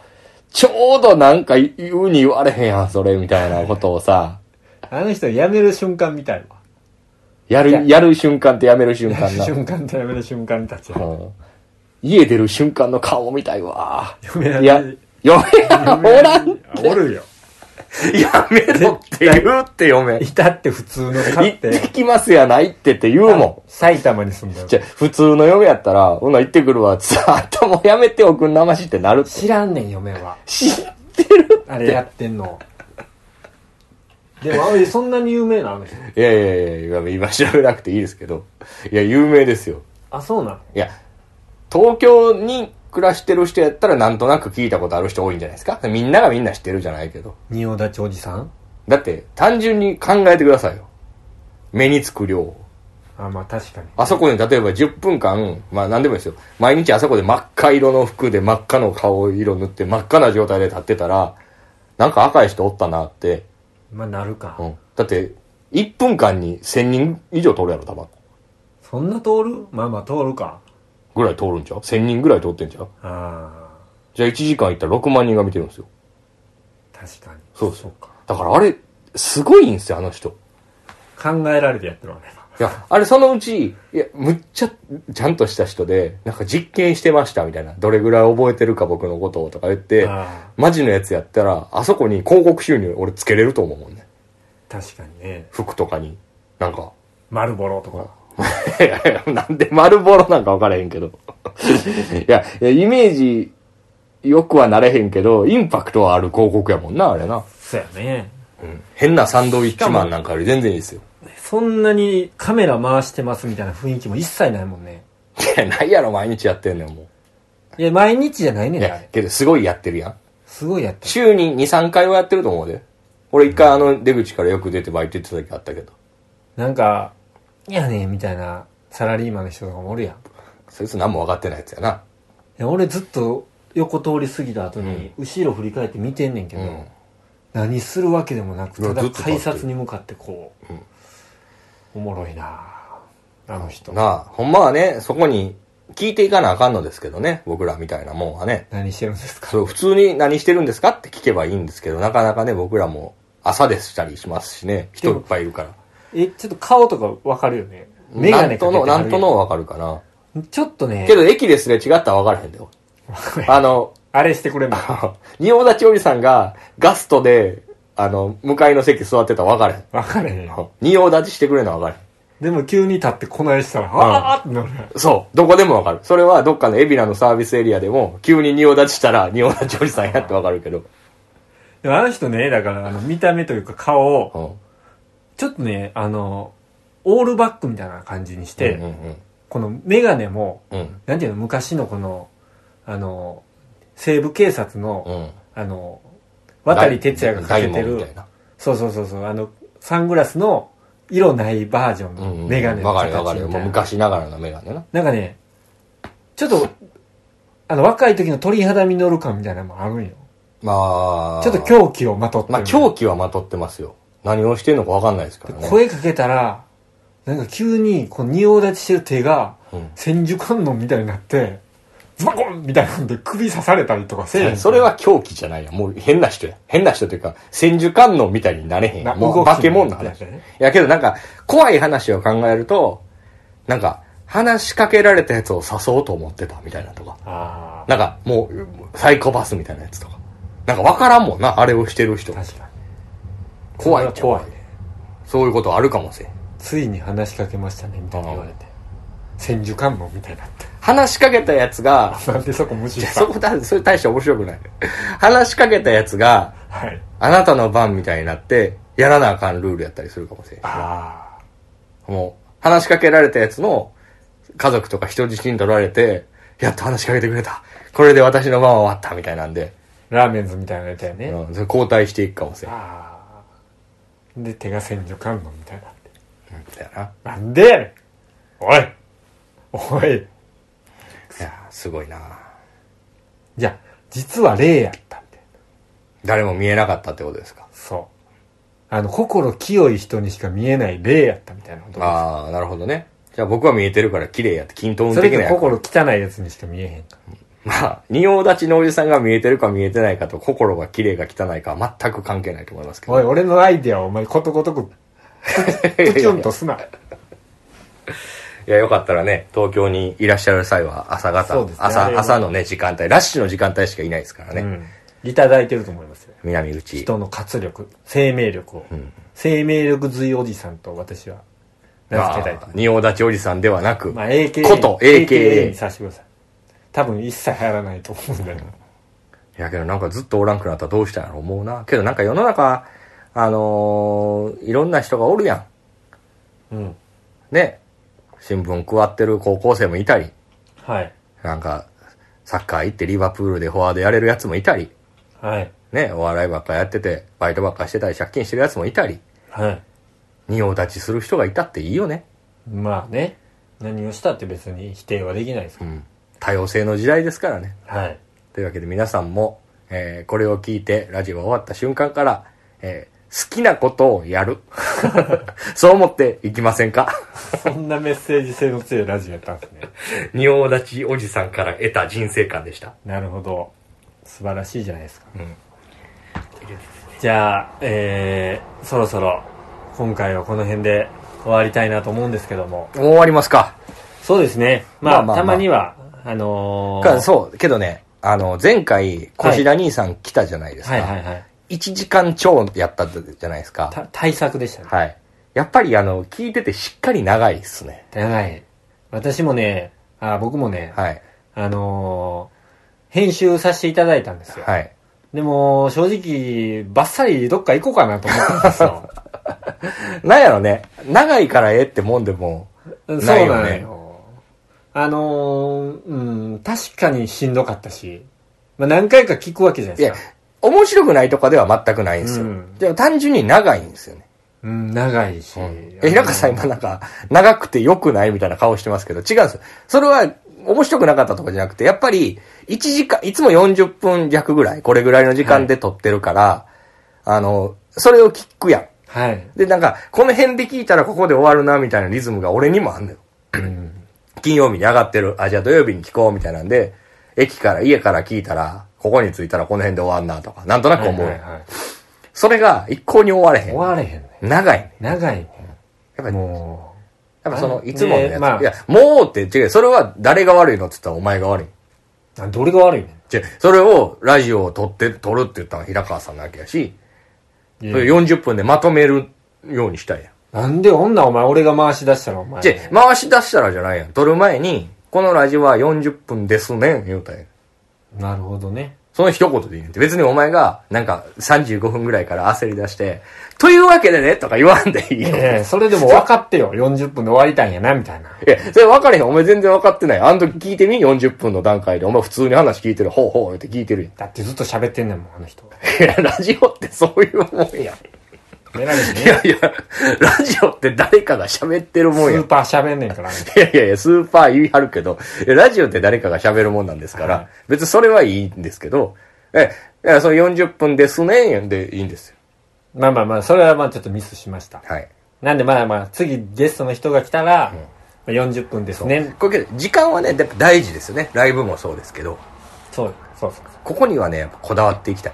Speaker 2: ちょうどなんか言うに言われへんやん、それ、みたいなことをさ、
Speaker 1: あの人辞める瞬間みたいわ
Speaker 2: や
Speaker 1: いや
Speaker 2: る、やる瞬間ってやめる瞬間な。
Speaker 1: [LAUGHS] 瞬間と辞める瞬間たち
Speaker 2: うん家出る瞬間の顔みたいわ。
Speaker 1: 嫁や
Speaker 2: いや、嫁がおらん
Speaker 1: おる
Speaker 2: [LAUGHS]
Speaker 1: よ
Speaker 2: やめろって言うって嫁。
Speaker 1: いたって普通の
Speaker 2: 行
Speaker 1: 勝
Speaker 2: っ
Speaker 1: ってて
Speaker 2: きますやないってって言うも
Speaker 1: 埼玉に住んで
Speaker 2: ん。じゃ
Speaker 1: る
Speaker 2: あ普通の嫁やったら、ほな行ってくるわ、さあ、ともやめておくんなましってなるって。
Speaker 1: 知らんねん嫁は
Speaker 2: 知ってる
Speaker 1: あれやってんのでもあれそんなに有名なの人
Speaker 2: いやいやいや、今今調べなくていいですけど。いや、有名ですよ。
Speaker 1: あそうなの
Speaker 2: いや、東京に暮らしてる人やったらなんとなく聞いたことある人多いんじゃないですかみんながみんな知ってるじゃないけど。
Speaker 1: 仁王立ちおじさん
Speaker 2: だって、単純に考えてくださいよ。目につく量。
Speaker 1: あまあ確かに
Speaker 2: あそこに例えば10分間、まあ何でもいいですよ。毎日あそこで真っ赤色の服で真っ赤の顔色塗って真っ赤な状態で立ってたら、なんか赤い人おったなって。
Speaker 1: まあなるか、
Speaker 2: うん。だって、1分間に1000人以上通るやろ、タバコ。
Speaker 1: そんな通るまあまあ通るか
Speaker 2: ぐらい通るんちゃう ?1000 人ぐらい通ってんちゃう
Speaker 1: あ
Speaker 2: じゃあ1時間行ったら6万人が見てるんですよ。
Speaker 1: あ確かに
Speaker 2: そうそう
Speaker 1: か
Speaker 2: だからあれ、すごいんですよ、あの人。
Speaker 1: 考えられてやってるわね
Speaker 2: いや、あれそのうち、いや、むっちゃ、ちゃんとした人で、なんか実験してましたみたいな。どれぐらい覚えてるか僕のことをとか言って
Speaker 1: あ、
Speaker 2: マジのやつやったら、あそこに広告収入俺つけれると思うもんね。
Speaker 1: 確かにね
Speaker 2: 服とかに。なんか。 [LAUGHS]
Speaker 1: 丸ボロとか
Speaker 2: いやいやなんで丸ボロなんか分からへんけど。 [LAUGHS] いや、いやイメージ、よくはなれへんけど、インパクトはある広告やもんな、あれな。
Speaker 1: そうやね
Speaker 2: 変なサンドウィッチマンなんかより全然いいですよ。
Speaker 1: そんなにカメラ回してますみたいな雰囲気も一切ないもんね
Speaker 2: いや、 [LAUGHS] ないやろ、毎日やってんねん、も
Speaker 1: いや毎日じゃないね
Speaker 2: う。
Speaker 1: ん
Speaker 2: い
Speaker 1: ねあ
Speaker 2: や
Speaker 1: れ、
Speaker 2: けどすごいやってるやん。
Speaker 1: すごいやってる
Speaker 2: 週に2、3回はやってると思うで。俺一回あの出口からよく出てバイト行ってた時あったけど。
Speaker 1: なんか「いやね」みたいなサラリーマンの人とかもおるやん
Speaker 2: そいつ何も分かってないやつやな。
Speaker 1: いや俺ずっと横通り過ぎた後に後ろ振り返って見てんねんけど、
Speaker 2: うん
Speaker 1: 何するわけでもなく
Speaker 2: いや
Speaker 1: ただ
Speaker 2: ずっと立って
Speaker 1: 改
Speaker 2: る
Speaker 1: 札に向かってこう、おもろいなああの人
Speaker 2: なあ、ほんまはね、そこに聞いていかなあかんのですけどね。僕らみたいなもんはね。
Speaker 1: 何してるんですか
Speaker 2: そう、普通に何してるんですかって聞けばいいんですけど、なかなかね、僕らも朝でしたりしますしね。人いっぱいいるから。
Speaker 1: えちょっと顔とかわかるよね眼
Speaker 2: な
Speaker 1: 鏡
Speaker 2: ん
Speaker 1: か
Speaker 2: と
Speaker 1: けて
Speaker 2: の、
Speaker 1: は
Speaker 2: な
Speaker 1: る
Speaker 2: んとのは分かるかな。
Speaker 1: やんちょっとね
Speaker 2: けど駅ですれ違ったら分からへんだよ。あの、
Speaker 1: [LAUGHS] あれしてくれんの
Speaker 2: [LAUGHS] 仁王立ちおじさんがガストで、あの、向かいの席座ってたら分からへん。
Speaker 1: わかれへんよ
Speaker 2: 仁王立ちしてくれるのは分か
Speaker 1: でも急に立ってこないしたらああってなるやん
Speaker 2: る。そう。どこでも分かる。それはどっかの海老名のサービスエリアでも、急に仁王立ちしたら仁王立ちおじさんやって分かるけど。
Speaker 1: でもあの人ねだからあの見た目というか顔
Speaker 2: う
Speaker 1: を
Speaker 2: ん。
Speaker 1: ちょっとねあのオールバックみたいな感じにして、
Speaker 2: うんうん
Speaker 1: この眼鏡も
Speaker 2: うん。うん。
Speaker 1: なんていうの昔のこのあの西部警察の、
Speaker 2: うん。
Speaker 1: あの渡哲也がかけて
Speaker 2: 大門み
Speaker 1: る
Speaker 2: たいな。
Speaker 1: そうそうそうそうあのサングラスの色ないバージョン
Speaker 2: うんうん
Speaker 1: の眼鏡の
Speaker 2: 分
Speaker 1: 形
Speaker 2: かる
Speaker 1: み
Speaker 2: 分か
Speaker 1: たい
Speaker 2: る。
Speaker 1: な
Speaker 2: もう昔ながらのメガネな。
Speaker 1: なんかねちょっとあの若い時の鳥肌実る感みたいなのもあるんよ
Speaker 2: まあ。
Speaker 1: ちょっと狂気をまとってる
Speaker 2: まあ、狂気はまとってますよ。何をしてんのか分かんないですからね。
Speaker 1: 声かけたらなんか急にこう仁王立ちしてる手が
Speaker 2: うん
Speaker 1: 千手観音みたいになってズバコンみたいなんで首刺されたりとかせえへん
Speaker 2: それは狂気じゃないや。もう変な人や。変な人というか、千手観音みたいになれへん
Speaker 1: な
Speaker 2: や。もう
Speaker 1: 動き
Speaker 2: 化け物の話。
Speaker 1: みたいなね
Speaker 2: いやけどなんか、怖い話を考えると、なんか、話しかけられたやつを誘おうと思ってたみたいなとか。
Speaker 1: あ
Speaker 2: なんか、もう、サイコパスみたいなやつとか。なんかわからんもんな、あれをしてる人
Speaker 1: あ。確かに
Speaker 2: 怖いっ
Speaker 1: そ
Speaker 2: ち
Speaker 1: れ
Speaker 2: ゃ
Speaker 1: は怖い
Speaker 2: 怖いそういうことあるかもしれん。
Speaker 1: ついに話しかけましたねみたいに言われて千手観音みたいになって [LAUGHS]
Speaker 2: 話しかけたやつが、
Speaker 1: なんでそこ無視
Speaker 2: いや
Speaker 1: した
Speaker 2: そこだ、それ大して面白くない。話しかけたやつが、
Speaker 1: はい
Speaker 2: あなたの番みたいになって、やらなあかんルールやったりするかもしれん。
Speaker 1: あ
Speaker 2: もう、話しかけられたやつの、家族とか人質に取られて、やっと話しかけてくれた。これで私の番は終わった、みたいなんで、
Speaker 1: あラーメンズみたいなのやつやね、
Speaker 2: うん、それ交代していくかもしれん。
Speaker 1: ああで手が千手観音みたいになって
Speaker 2: うんだよな。
Speaker 1: なんでやねんおいおい
Speaker 2: いや、すごいな。
Speaker 1: じゃあ実は霊やったみたい
Speaker 2: 誰も見えなかったってことですか
Speaker 1: そうあの心清い人にしか見えない霊やったみたいなことです
Speaker 2: ああなるほどねじゃあ僕は見えてるから綺麗やって均等に
Speaker 1: そ
Speaker 2: で
Speaker 1: れ
Speaker 2: き
Speaker 1: と
Speaker 2: ない
Speaker 1: 心汚いやつにしか見えへんから
Speaker 2: まあ仁王立ちのおじさんが見えてるか見えてないかと心が綺麗か汚いかは全く関係ないと思いますけど
Speaker 1: おい俺のアイディアをお前ことごとくプキュンとすない
Speaker 2: や、よかったらね、東京にいらっしゃる際は、朝方、
Speaker 1: そうですねあれ
Speaker 2: 朝、
Speaker 1: は
Speaker 2: 朝のね、時間帯、ラッシュの時間帯しかいないですからね。
Speaker 1: うん、いただいてると思いますよ
Speaker 2: 南口。
Speaker 1: 人の活力生命力を、生命力強いおじさんと私は名付けたいと思
Speaker 2: まあ
Speaker 1: います
Speaker 2: 仁王立ちおじさんではなく、
Speaker 1: まあ、AKA
Speaker 2: こと AKA。
Speaker 1: にさせてください多分一切入らないと思うんだけど
Speaker 2: いやけどなんかずっとおらんくなったらどうしたんやろ思うな。けどなんか世の中、あのーいろんな人がおるやん。
Speaker 1: うん
Speaker 2: ね。新聞配ってる高校生もいたり、
Speaker 1: はい
Speaker 2: なんか、サッカー行ってリバプールでフォワードやれるやつもいたり、
Speaker 1: はい
Speaker 2: ね、お笑いばっかやってて、バイトばっかしてたり、借金してるやつもいたり、
Speaker 1: はい
Speaker 2: 仁王立ちする人がいたっていいよね。
Speaker 1: まあね何をしたって別に否定はできないですか
Speaker 2: うん多様性の時代ですからね。
Speaker 1: ら、はい
Speaker 2: というわけで皆さんも、えーこれを聞いてラジオが終わった瞬間から、えー好きなことをやる。 [LAUGHS] そう思っていきませんか
Speaker 1: [LAUGHS] そんなメッセージ性の強いラジオやったんですね
Speaker 2: [LAUGHS] 仁王立ちおじさんから得た人生観でした。
Speaker 1: なるほど素晴らしいじゃないですか、
Speaker 2: ん
Speaker 1: じゃあ、えー、そろそろ今回はこの辺で終わりたいなと思うんですけども
Speaker 2: もう終わりますか、
Speaker 1: そうですねまあ,、
Speaker 2: まあまあまあ
Speaker 1: たまにはあのー、
Speaker 2: かそう、けどね、あの、前回、小白兄さん来たじゃないですか。
Speaker 1: はいはいはい
Speaker 2: 1時間超やったじゃないですか。
Speaker 1: た対策でしたね
Speaker 2: はい。やっぱりあの、聞いててしっかり長いですね。
Speaker 1: 長い私もねあ僕もね、
Speaker 2: はい。
Speaker 1: あのー、編集させていただいたんですよ、
Speaker 2: はい。
Speaker 1: でも正直バッサリどっか行こうかなと思ったんですよ
Speaker 2: [LAUGHS] なんやろね、長いからええってもんでも、
Speaker 1: うんそ
Speaker 2: な
Speaker 1: うな
Speaker 2: いよ
Speaker 1: の
Speaker 2: ね
Speaker 1: よあのー、うん確かにしんどかったし、まあ、何回か聞くわけじゃない
Speaker 2: い
Speaker 1: で
Speaker 2: や
Speaker 1: すか、
Speaker 2: 面白くないとかでは全くないんですよ。
Speaker 1: うん
Speaker 2: でも単純に長いんですよね。
Speaker 1: うん長いし、
Speaker 2: え、平川さん今なんか、長くて良くないみたいな顔してますけど、違うんですよ。それは、面白くなかったとかじゃなくて、やっぱり、1時間、いつも40分弱ぐらい、これぐらいの時間で撮ってるから、あの、それを聞くやん。
Speaker 1: はい
Speaker 2: で、なんか、この辺で聞いたらここで終わるな、みたいなリズムが俺にもあんのよ。金曜日に上がってる。あ、じゃあ土曜日に聞こう、みたいなんで、駅から、家から聞いたら、ここに着いたらこの辺で終わんな、とか、なんとなく思う。
Speaker 1: はいはいはい
Speaker 2: それが一向に終われへ
Speaker 1: 終
Speaker 2: ん。
Speaker 1: われへんね
Speaker 2: 長いね。
Speaker 1: 長いね
Speaker 2: やっぱり、やっ
Speaker 1: も
Speaker 2: ぱその、いつものやつ。
Speaker 1: ねまあ
Speaker 2: いや、もうって違う。それは誰が悪いのって言ったらお前が悪い。
Speaker 1: うあどれが悪いね
Speaker 2: 違う。それをラジオを撮って、撮るって言ったのは平川さんなわけやし、
Speaker 1: んい
Speaker 2: そ
Speaker 1: やいや
Speaker 2: れ40分でまとめるようにしたいやん。
Speaker 1: なんで女お前俺が回し出したらお前。
Speaker 2: じゃ、回し出したらじゃないやん。撮る前に、このラジオは40分ですねん、言うたんやん。
Speaker 1: なるほどね。
Speaker 2: その一言でいいねんって。別にお前が、なんか35分ぐらいから焦り出して、というわけでね、とか言わんでいいよ。い
Speaker 1: ええそれでも分かってよ。40分で終わりたいんやな、みたいな。
Speaker 2: や、それ分かれへん。お前全然分かってない。あの時聞いてみ ?40 分の段階で。お前普通に話聞いてる。ほうほう、って聞いてる
Speaker 1: だってずっと喋ってんねんもん、あの人。
Speaker 2: やん。い [LAUGHS] や、ラジオってそういうもんやん。
Speaker 1: メラ
Speaker 2: いやいや、ラジオって誰かが喋ってる
Speaker 1: ス
Speaker 2: もんやん
Speaker 1: ー。パー喋んねんから、あの人
Speaker 2: いやいやいや、スーパー言い張るけど、いやラジオって誰かが喋るもんなんですから、
Speaker 1: はい
Speaker 2: 別にそれはいいんですけど、え、いやその40分ですね、でいいんですよ。
Speaker 1: まあまあまあ、それはまあちょっとミスしました。
Speaker 2: はい。
Speaker 1: なんでまあまあ、次ゲストの人が来たら、まあ40分ですね。
Speaker 2: これけど、時間はね、やっぱ大事ですよね。ライブもそうですけど、
Speaker 1: そう、そうそう。
Speaker 2: ここにはね、やっぱこだわっていきたい。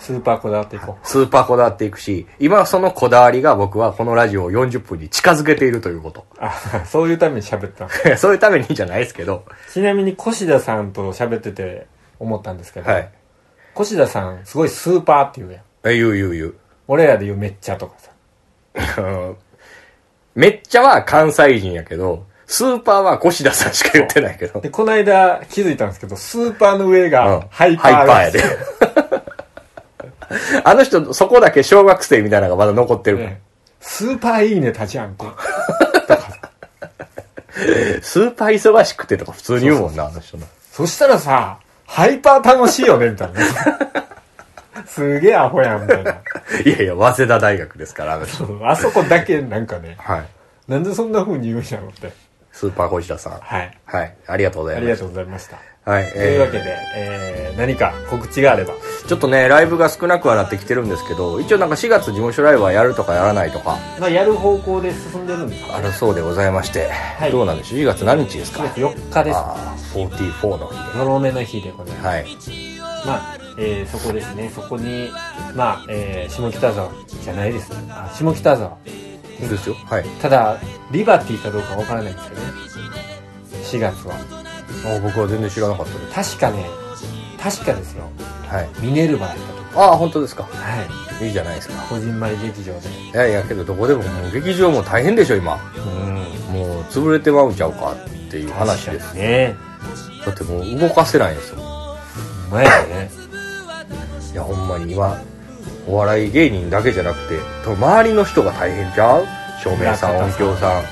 Speaker 1: スーパーこだわっていこ
Speaker 2: スーパーこだわっていくし、今そのこだわりが僕はこのラジオを40分に近づけているということ。
Speaker 1: う。
Speaker 2: [LAUGHS]
Speaker 1: あ、そういうために喋った。
Speaker 2: そういうためにじゃないですけど、
Speaker 1: ちなみに、越田さんと喋ってて思ったんですけど、
Speaker 2: はい。
Speaker 1: 越田さん、すごいスーパーって言うやん。
Speaker 2: え言う言う言う。
Speaker 1: 俺らで言うめっちゃとかさ。
Speaker 2: うんめっちゃは関西人やけど、スーパーは越田さんしか言ってないけど。
Speaker 1: で、この間気づいたんですけど、スーパーの上
Speaker 2: う
Speaker 1: が
Speaker 2: ん
Speaker 1: ハイパー,、
Speaker 2: ハイパーやで。 [LAUGHS] あの人、そこだけ小学生みたいなのがまだ残ってるから、
Speaker 1: ねスーパーいいね、立ちゃんこ。
Speaker 2: スーパー忙しくてとか普通に言うもんな、あの人な。
Speaker 1: そしたらさ、ハイパー楽しいよね、みたい [LAUGHS] な。すげえアホやん、みたいな。
Speaker 2: いやいや、早稲田大学ですから、あの人。
Speaker 1: あそこだけなんかね、
Speaker 2: はい。
Speaker 1: なんでそんな風に言うんやろって。
Speaker 2: スーパー越田さん。
Speaker 1: はい。
Speaker 2: はい。ありがとうござ
Speaker 1: あ
Speaker 2: い
Speaker 1: り
Speaker 2: ま
Speaker 1: が
Speaker 2: し
Speaker 1: とうございました。
Speaker 2: た。はい、
Speaker 1: というわ
Speaker 2: え
Speaker 1: けで、えー何か告知があれば
Speaker 2: ーちょっとねライブが少なくはなってきてるんですけど一応なんか4月事務所ライブはやるとかやらないとか
Speaker 1: まあやる方向で進んでるんですか
Speaker 2: あるそうでございまして、
Speaker 1: い
Speaker 2: どうなんでしょう4月何日ですか
Speaker 1: 4月4日です
Speaker 2: あー44の日
Speaker 1: のろめの日でございます、
Speaker 2: ではい
Speaker 1: まあ、えーそこですねそこにまあ、えー下北沢じゃないですねあ下北沢
Speaker 2: そうですよはい
Speaker 1: ただリバティかどうかわからないんですけどね4月は
Speaker 2: あ僕は全然知らなかったです
Speaker 1: 確かね確かですよ
Speaker 2: はい
Speaker 1: ミネルヴァやったと
Speaker 2: ああ本当ですか
Speaker 1: はい
Speaker 2: いいじゃないですか
Speaker 1: こじんまり劇場で
Speaker 2: いやいやけどどこでももう劇場も大変でしょ今
Speaker 1: うん
Speaker 2: もう潰れてまうんちゃうかっていう話です
Speaker 1: ね
Speaker 2: だってもう動かせないんですよ
Speaker 1: うまいよね
Speaker 2: いやほんまに今お笑い芸人だけじゃなくてと周りの人が大変ちゃう照明さん
Speaker 1: 村
Speaker 2: 音
Speaker 1: 方さん
Speaker 2: 響さん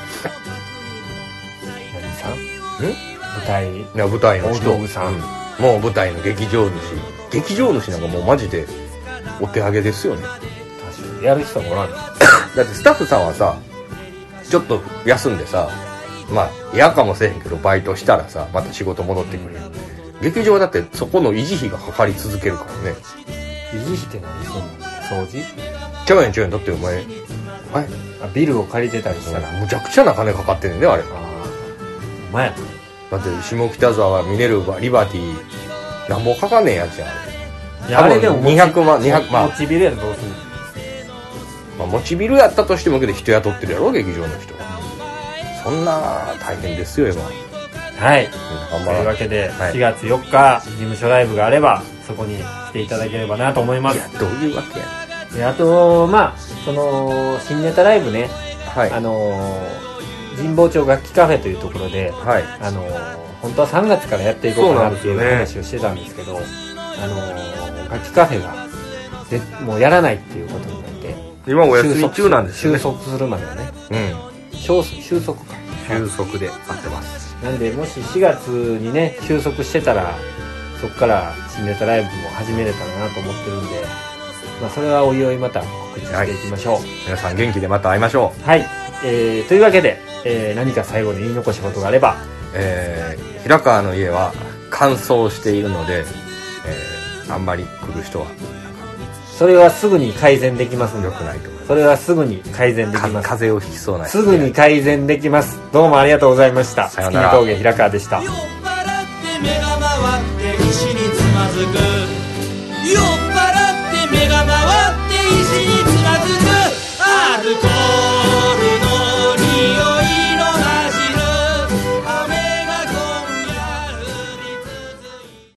Speaker 1: 何さん
Speaker 2: ん
Speaker 1: 舞台
Speaker 2: いや舞台の人
Speaker 1: 大道具さん
Speaker 2: うもう舞台の劇場主劇場主なんかもうマジでお手上げですよね
Speaker 1: 確かにやる人もおらん
Speaker 2: だってスタッフさんはさちょっと休んでさまあ嫌かもせえへんけどバイトしたらさまた仕事戻ってくるやん劇場はだってそこの維持費がかかり続けるからね
Speaker 1: 維持費って何すんの掃除
Speaker 2: ちゃうやんちゃうやんだってお前あれ
Speaker 1: あビルを借りてたりしたら、あ
Speaker 2: むちゃくちゃな金かかってんねんねあれ
Speaker 1: あお前やな
Speaker 2: だって下北沢ミネルヴァリバティなんぼかかんねんやつやんあれ
Speaker 1: いやあれでも
Speaker 2: 多分200万200まあ
Speaker 1: モチビルやったらどうする
Speaker 2: まあ、持ちビルやったとしてもけど人雇ってるやろ劇場の人そんな大変ですよ今うん
Speaker 1: はい
Speaker 2: 頑
Speaker 1: というわ
Speaker 2: 張
Speaker 1: けで、
Speaker 2: はい
Speaker 1: 4月4日事務所ライブがあればそこに来ていただければなと思いま
Speaker 2: らい
Speaker 1: す
Speaker 2: やどういうわけや
Speaker 1: であとまあその新ネタライブね、
Speaker 2: はい
Speaker 1: あのー神保町楽器カフェというところで
Speaker 2: はい
Speaker 1: あのー本当は3月からやっていこうかなっていう
Speaker 2: そうなんで
Speaker 1: 話をしてたんですけどあのー楽器カフェがでもうやらないっていうことになって
Speaker 2: 今お
Speaker 1: 収束
Speaker 2: ね
Speaker 1: 収束するまではね
Speaker 2: うん
Speaker 1: 収収束か
Speaker 2: 収束で合ってます
Speaker 1: なんでもし4月にね収束してたらそこから新ネタライブも始めれたらなと思ってるんで、まあ、それはおいおいまた告知していきましょう
Speaker 2: 皆さん元気でまた会いましょう
Speaker 1: はい、えーというわけで、えー何か最後に言い残したことがあれば
Speaker 2: えー、平川の家は乾燥しているので、えー、あんまり来る人は
Speaker 1: それはすぐに改善できますんで
Speaker 2: 良くないと思いま
Speaker 1: それはすぐに改善ですき
Speaker 2: か
Speaker 1: ます
Speaker 2: 風邪をひきそうな人
Speaker 1: すぐに改善できますどうもありがとうございました
Speaker 2: さよ
Speaker 1: 月見
Speaker 2: うなら
Speaker 1: 峠平川でした
Speaker 3: 酔っ払って目が回って石につまずく酔っ